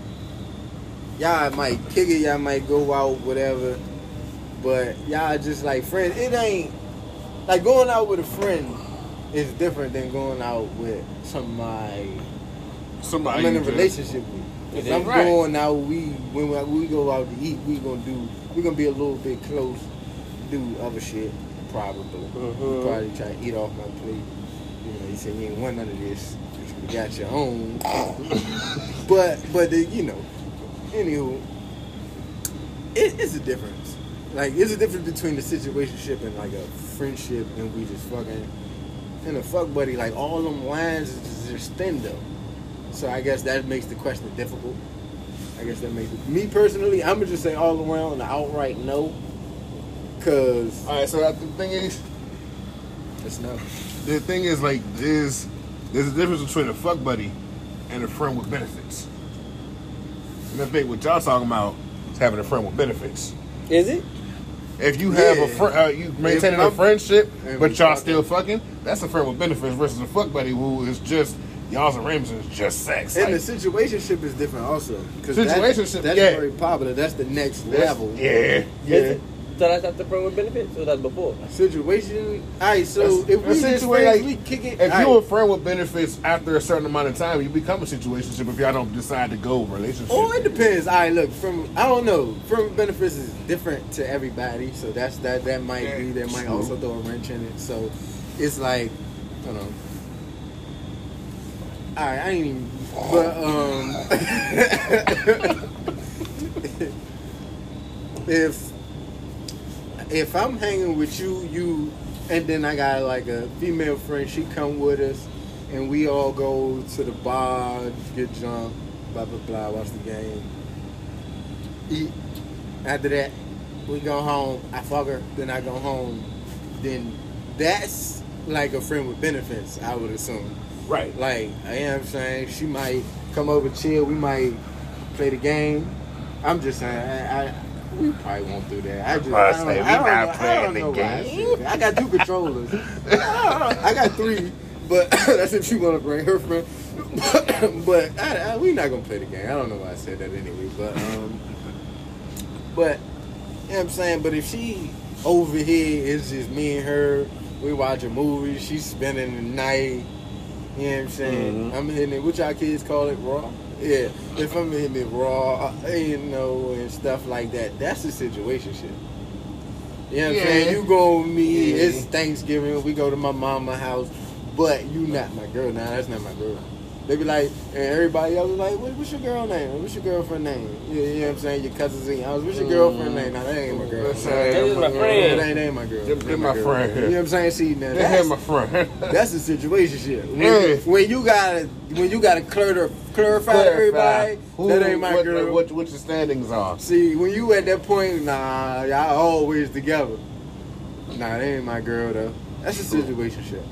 A: Y'all might kick it, y'all might go out, whatever. But y'all just like friends. It ain't like going out with a friend is different than going out with somebody
B: Somebody
A: I'm in a
B: you just-
A: relationship with.
C: It
A: If
C: is
A: I'm
B: right.
A: going out, we when we, we go out to eat, we gonna do we gonna be a little bit close, do other shit probably.
C: Mhm.
A: Probably try to eat off my plate. You know, you say you ain't want none of this. You got your own. but but the, you know, anywho, it, it's a difference. Like it's a difference between the situationship and like a friendship, and we just fucking and a fuck buddy. Like all them lines is just, just thin though. So I guess that makes the question difficult. I guess that makes it. Me personally, I'm gonna just say all around and outright no, cause
B: All right, so that- the thing is,
A: it's no.
B: the thing is like there's there's a difference between a fuck buddy and a friend with benefits. And I think what y'all talking about is having a friend with benefits.
C: Is it?
B: If you have a
A: Yeah.
B: friend, uh, you maintaining a
A: I'm-
B: friendship,
A: and we
B: but y'all
A: fucking.
B: still fucking. That's a friend with benefits versus a fuck buddy who is just y'all's arrangements is just sex.
A: And
B: Like,
A: the situationship is different also. 'cause
B: Situationship,
A: that's, that's
B: yeah.
A: very popular. That's the next
B: that's-
A: level.
B: Yeah, yeah.
C: So that's not the problem with benefits, so that's before.
A: Situation. All right, so
B: That's-
A: if
B: that's
A: we just
B: situation,
A: like, we
B: like,
A: kick it.
B: If
A: all
B: you're a
A: right.
B: friend with benefits after a certain amount of time, you become a situationship if y'all don't decide to go relationship.
A: Oh, it depends. All right, look from I don't know. From benefits is different to everybody, so that's that. That might be. That might
B: True.
A: also throw a wrench in it. So it's like, I don't know. All right, I ain't even. But um, if if I'm hanging with you, you, and then I got like a female friend, she come with us, and we all go to the bar, get drunk, blah blah blah, watch the game, E, eat. After that, we go home. I fuck her, then I go home. Then that's like a friend with benefits, I would assume.
B: right.
A: Like I am saying, she might come over, chill. We might play the game. I'm just saying, I, I we probably won't do that. I just
B: I
A: I
B: was
A: don't,
B: saying, we
A: I don't
B: not
A: know, I
B: playing
A: don't
B: the
A: know why I
B: game.
A: said that. I got two controllers. I got three, but that's if she want to bring her friend. But, I, I, we not gonna play the game. I don't know why I said that anyway. But um, but you know what I'm saying, but if she over here, it's just me and her. We watch a movie. She's spending the night. You know what I'm saying? I'm hitting it. What y'all kids call it? Raw. Yeah. If I'm hitting it raw, you know, and stuff like that. That's a situation shit. You know what I'm
B: Yeah.
A: saying? You go with me.
B: Yeah.
A: It's Thanksgiving. We go to my mama house, but you not my girl. Nah, that's not my girl. They be like, and everybody else is like, what, what's your girl name? What's your girlfriend name? You, you know what I'm saying? Your cousins in your house. What's your girlfriend name? Nah, that ain't my girl.
B: Listen,
A: Nah,
C: That is my
A: that ain't,
C: friend.
A: that ain't my girl.
B: Them-
A: That
B: them
A: my
B: my
A: girl.
B: friend.
A: You know what I'm saying? See, now
B: They had
A: that's,
B: my friend.
A: that's the situation shit. When,
B: Yeah.
A: when you gotta, when you gotta clar- clarify, to everybody,
B: Who-
A: that ain't my
B: what,
A: girl.
B: What, what your standings are?
A: See, when you at that point, nah, y'all always together. Nah, that ain't my girl though. That's a situation shit.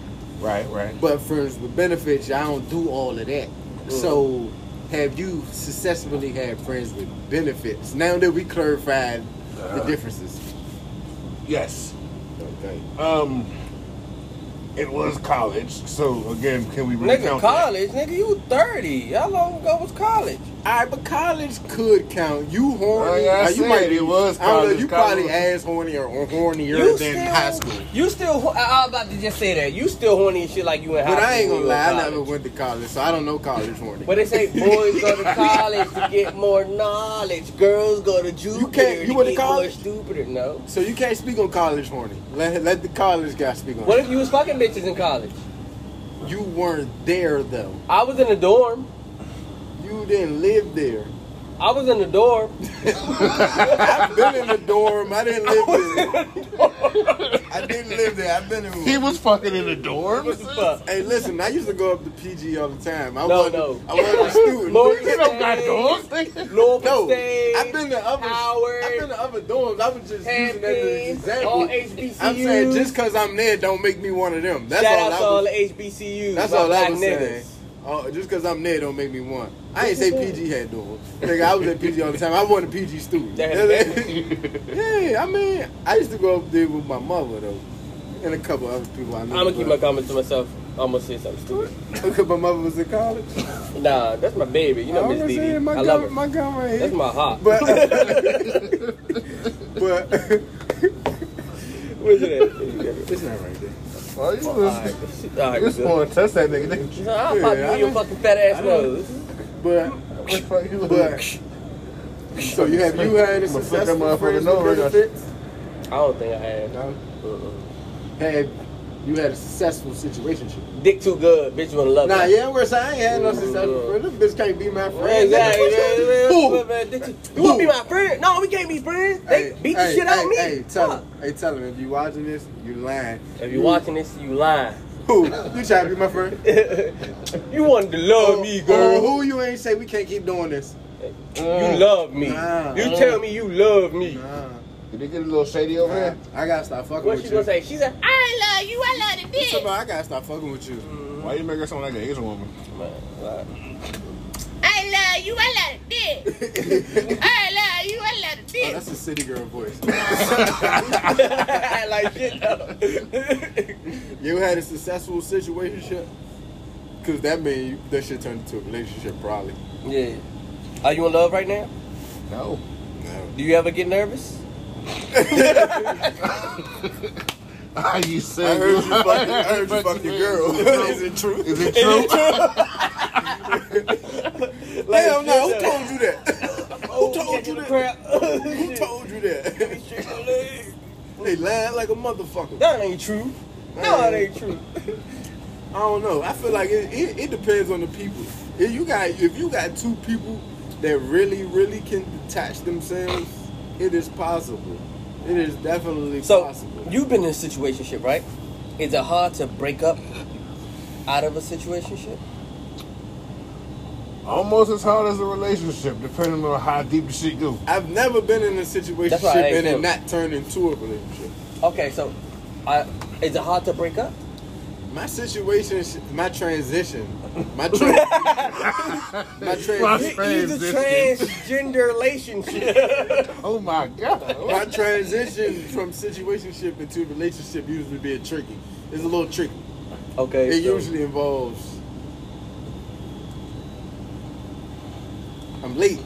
B: Right, right.
A: But friends with benefits, y'all don't do all of that. So, have you successfully had friends with benefits? Now that we clarified the
B: Uh.
A: differences.
B: Yes.
A: Okay.
B: Um, it was college. So again, can we really
C: Nigga,
B: count that?
C: college, nigga, you 30. How long ago was college?
A: All right, but college could count. You horny?
B: Like Oh, I
A: Now, you
B: said, it was
A: I don't know. You
B: college.
A: probably
B: College-
A: as horny or, or hornier
C: You
A: than
C: still-
A: high school.
C: You still, ho- I, I'm about to just say that. You still horny and shit like you in high
A: But I ain't gonna
C: school when you
A: lie. I
C: in
A: never
C: college.
A: went to college, so I don't know college horny.
C: But they say boys go to college to get more knowledge. Girls go to Jupiter
A: can't- you
C: to
A: went to
C: get more
A: college?
C: stupider. No.
A: So you can't speak on college horny. Let, let the college guy speak on
C: What
A: it.
C: if you was fucking bitches in college?
A: You weren't there though.
C: I was in the dorm.
A: You didn't live there.
C: I was in the dorm.
A: I've been in the dorm. I didn't live there. I didn't live there. I've been in
B: He
A: one.
B: was fucking in the dorm.
C: What the fuck?
A: Hey, listen, I used to go up to PG all the time. I
C: No,
A: wasn't,
C: no.
A: I wasn't a student.
C: Lord,
B: You don't got dogs. nigga.
C: Lower
A: no,
C: State,
A: I've been to other.
C: Howard,
A: I've been to other dorms. I was just using that as an
C: Hampton, all
A: example.
C: HBCUs.
A: I'm saying just because I'm there, don't make me one of them. That's
C: Shout
A: all
C: out
A: I
C: to all
A: was.
C: the HBCUs.
A: That's
C: my
A: all I
C: black
A: was saying.
C: niggas.
A: Oh, just because I'm there don't make me want. I ain't say PG had doors. Nigga, I was at PG all the time. I wasn't a PG student.
C: Damn.
A: yeah, I mean, I used to go up there with my mother though, and a couple other people I
C: I'm
A: know.
C: gonna keep my
A: but-
C: comments to myself. I'm gonna say something stupid.
A: because my mother was in college.
C: Nah, that's my baby. You know
A: I'm
C: Miss
A: just
C: Dee. Dee. I
A: saying, my
C: love
A: gum-
C: her.
A: my gum right
C: That's
A: here.
C: my hot.
A: But, but
C: Where's it at?
A: it's not right there.
B: Oh, you was-
C: All right,
B: you
C: we
B: was
C: good.
B: going to test that nigga. nigga.
C: So I'm about
A: Yeah,
C: to
A: I
C: do your
A: know.
C: fucking fat ass
A: I know.
C: nose.
A: But
B: What the fuck you was-
A: but so you have you had a
B: I'ma flip that
A: successful
B: motherfucker
A: friends
B: over.
A: with benefits?
C: I don't think I had.
A: No. Had you had a successful situation?
C: Dick too good, bitch. You wanna love
A: Nah,
C: me.
A: yeah, we're saying I ain't had no successful friend. This bitch can't be my friend.
C: Exactly. man, man,
A: Who?
C: man, man, dick too- You wanna be my friend? No, we can't be friends. They beat the shit out of me.
A: Hey, tell
C: Fuck.
A: him. Hey, tell him. If you watching this, you lying.
C: If you watching this, you lying.
A: Who? You trying to be my friend?
C: You wanted to love Oh, me,
A: Or
C: girl.
A: Oh, who you ain't say we can't keep doing this?
C: You love me.
A: Nah.
C: You tell me you love me.
A: Nah.
B: Did it get a little shady over there?
A: I gotta stop fucking
C: What
A: with
C: she
A: you.
C: gonna say? She said, "Ah."
E: I love you. I love the
A: You talking
E: dick.
A: about I gotta stop fucking with you.
C: Mm.
B: Why you make her sound like an Asian woman?
E: I love you. I love the dick. I love you. I love the
A: Oh,
E: dick.
A: that's a city girl voice.
C: like shit though.
A: you had a successful situation? Cause that mean you- that shit turned into a relationship probably.
C: Yeah. Are you in love right now?
B: No.
A: No.
C: Do you ever get nervous?
B: Are you
A: I
B: saying
A: heard you fuck, I heard you fuck your girl. Is it true?
B: Is it true?
C: Like,
A: Hell no, who
C: yeah.
A: told you that?
C: Oh,
A: told you that?
C: crap.
A: Who told you that? They lying like a motherfucker.
C: That ain't true. No, that ain't true.
A: I don't know. I feel like it, it, it depends on the people. If you got if you got two people that really really can detach themselves, it is possible. It is definitely
C: So
A: possible.
C: you've been in a situationship, right? Is it hard to break up out of a situationship?
B: Almost as hard as a relationship, depending on how deep the shit go.
A: I've never been in a situation
C: That's why I asked
A: and it
C: him.
A: not turned into a relationship.
C: Okay, so I, is it hard to break up?
A: My situation, my transition, my tra- my transition.
B: Transition.
C: transgender relationship.
B: Oh my god.
A: My transition from situationship into relationship usually be tricky. It's a little tricky.
C: okay.
A: It
C: so-
A: usually involves. I'm late.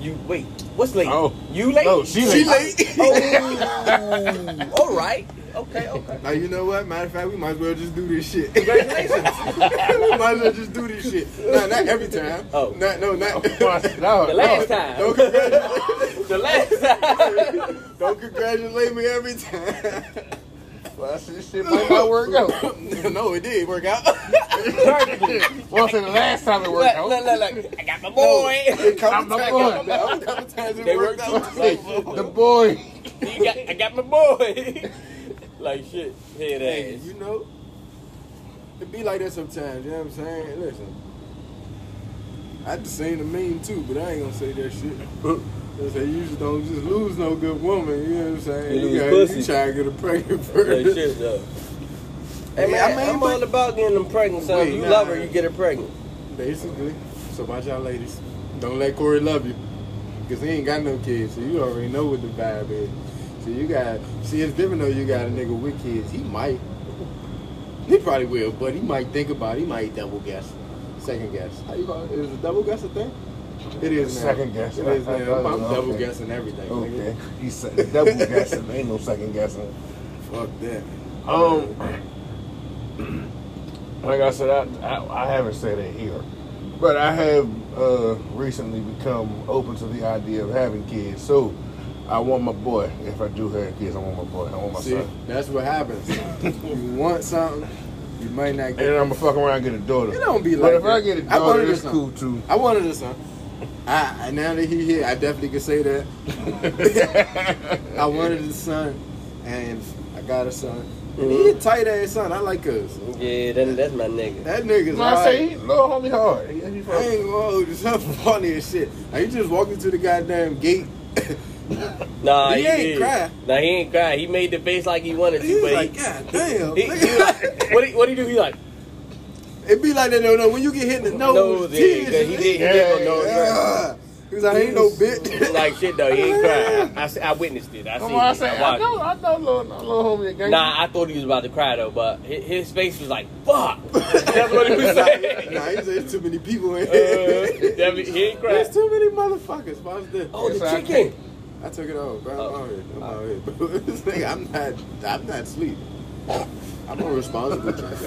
C: You wait. What's late?
B: Oh.
C: you late?
B: No, she
A: She
B: late.
A: late.
C: Oh. All right. Okay. Okay.
A: Now you know what? Matter of fact, we might as well just do this shit.
C: Congratulations.
A: we might as well just do this shit. No, not every time.
C: Oh.
A: Not, no, not.
B: No,
C: The
B: no.
C: last time.
A: Don't congratulate,
C: The last time.
A: don't congratulate me every time.
B: Well, shit, shit might not work out.
A: no, it did work out.
C: Perfectly.
B: Well, since the last time it worked
C: Look,
B: out.
C: look, look, look. I got my boy.
A: A couple
B: I'm
A: times,
B: the
A: a couple times it
C: They
A: worked
C: worked
A: out.
B: The boy.
C: You got, I got my boy. like shit. Head
A: Hey,
C: ass.
A: you know, it be like that sometimes. You know what I'm saying? Listen, I just seen the meme too, but I ain't gonna say that shit. They say you just don't just lose no good woman. You know what I'm saying?
C: You lose
A: gotta,
C: pussy.
A: You try to get a pregnant
C: Like
A: first.
C: shit though.
A: Hey,
C: Hey man,
A: I mean,
C: I'm
A: but-
C: all about getting them pregnant. So
A: Wait,
C: if you
A: nah.
C: love her, you get her pregnant.
A: Basically, so watch y'all ladies. Don't let Corey love you, cause he ain't got no kids, so you already know what the vibe is. So you got, see, it's different though. You got a nigga with kids. He might, he probably will, but he might think about. it. He might double guess, second guess. How you call it? Is a double guess a thing? It is now.
B: Second guess.
A: It is now.
B: I- I
A: I'm,
B: thought it was-
A: double
B: okay.
A: guessing everything. nigga.
B: Okay. He said double guessing. Ain't no second guessing.
A: Fuck that.
B: Um, like I said, I, I, I haven't said it here, but I have uh, recently become open to the idea of having kids. So I want my boy. If I do have kids, I want my boy. I want my
A: See,
B: son.
A: that's what happens. you want something, you might not
B: And
A: get.
B: then I'm gonna fuck around and get a daughter.
A: It don't be
B: But
A: like
B: if I
A: that.
B: get a
A: I wanted
B: daughter, it's
A: this one.
B: cool too.
A: I wanted a son. I I- now that he here, I definitely could say that. I wanted a son, and I got a son. And he a
C: Mm-hmm.
A: tight ass son. I like us.
C: Yeah, that, that's my nigga.
A: That nigga's
B: No, I say
A: hard.
B: he little homie hard. He- he
A: I
B: fuck-
A: ain't gonna hold you. Something funny as shit. Like, you just walked into the goddamn gate.
C: Nah,
A: He
C: he,
A: ain't
C: did.
A: cry.
C: Nah, he ain't cry. He made the face like he wanted to,
A: He's
C: but
A: like,
C: he,
A: God damn.
C: he, he like, what he, what he do? He like,
A: it be like that, no, no. When you get hit in the nose,
C: Nose, yeah,
A: tears,
C: yeah, he
A: you-
C: did- Oh, he
B: did go nose,
A: Yeah. He was like, ain't no bitch.
C: like shit though. He ain't cry. I, I, see- I witnessed it. I
B: That's
C: seen
B: why I
C: it.
B: say
C: I
B: I
C: watched
B: know, I know little, little homie a
C: it.
B: gangster.
C: Nah, I thought he was about to cry though, but his, his face was like, "Fuck." Uh, That's what he was saying.
A: nah, he said, there's too many people in
C: Uh,
A: here.
C: that mean- he ain't cry.
A: There's too many motherfuckers. Watch this.
C: Oh,
B: Yes,
C: the
B: I
C: chicken.
A: I took it off, bro. I'm
C: Oh.
A: out here. I'm out here, bro. This nigga, I'm not. I'm not sleep. I'm a responsible drinker.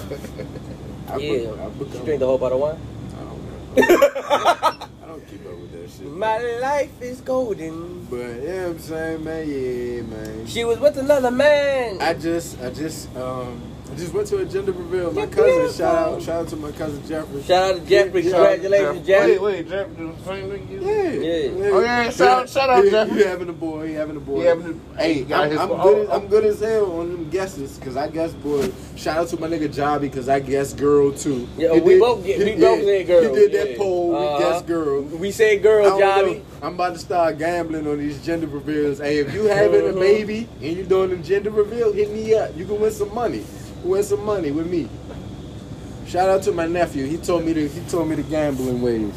A: I
C: yeah,
A: Be, I,
C: you
A: become,
C: drink the whole bottle of wine.
A: I don't know. I don't keep up with that shit.
C: My life is golden.
A: but yeah, you know what I'm saying, man. Yeah, man.
C: She was with another man.
A: I just, I just, um, I just went to a gender reveal. My
C: You're
A: cousin. Shout out,
C: beautiful.
A: shout out to my cousin Jeffrey.
C: Shout out to Jeffrey.
A: Yeah,
C: Congratulations, Jeffrey.
B: Wait, wait, Jeff, do the same thing. you-
A: Yeah.
C: Yeah.
B: Oh, yeah, shout- shout out,
A: Yeah,
B: Jeffrey.
A: You having a boy? You having a boy?
B: He having a- hey, got
A: I'm,
B: his-
A: I'm
B: oh,
A: good. as- I'm good as hell on them guesses because I guess boy. Shout out to my nigga Jobby because I guess girl too.
C: Yeah,
A: He
C: we both get- we both said girl,
A: He did that
C: yeah.
A: poll.
C: Uh-huh.
A: We guessed girl.
C: We said
A: I
C: girl,
A: don't know.
C: Jobby.
A: I'm about to start gambling on these gender reveals. Hey, if you having a
C: Mhm.
A: baby and you doing them gender reveal, hit me up. You can win some money. Win some money with me. Shout out to my nephew. He told me to he told me the gambling ways.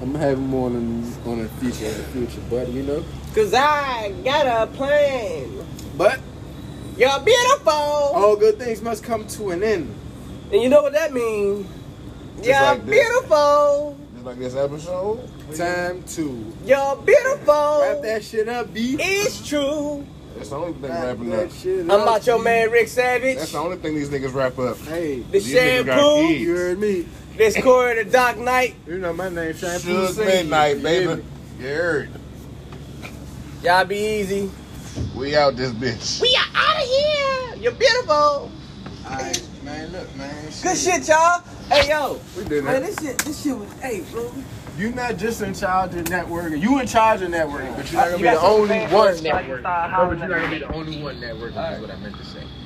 A: I'm gonna have him on in, on the future in the future, but you know.
C: Cause I got a plan.
A: But
C: You're beautiful.
A: all good things must come to an end.
C: And you know what that means?
B: Just
C: You're
B: like this.
C: beautiful.
B: Just like this episode.
A: Time to
C: You're beautiful.
A: wrap that shit up, B.
C: It's true.
B: That's the only thing
A: Wrap
B: wrapping up.
A: that shit
C: I'm
A: up.
C: about your man Rick Savage.
B: That's the only thing these niggas wrap up.
A: Hey,
C: The
B: These niggas got
C: shampoo.
B: kids.
A: you heard me.
C: This Corey the Doc Knight.
A: You know my name, Shampoo.
B: Shook
A: Singh.
B: midnight,
A: You hear
B: baby.
A: me?
B: You heard.
C: Y'all be easy.
B: We out this bitch.
E: We are out of here.
C: You're beautiful.
A: Alright, man, look, man.
C: Good shit, y'all. Hey yo,
A: We did
C: man,
A: that.
C: this shit, this shit was hey, bro.
A: You not just in charge of networking. You in charge of networking, but you're not gonna
C: You
A: be the
C: got some
A: only
C: fans,
A: one
C: so I
A: networking.
C: just started
A: But
C: hollering
A: you're not
C: at
A: gonna be the only one networking. Is what I meant to say.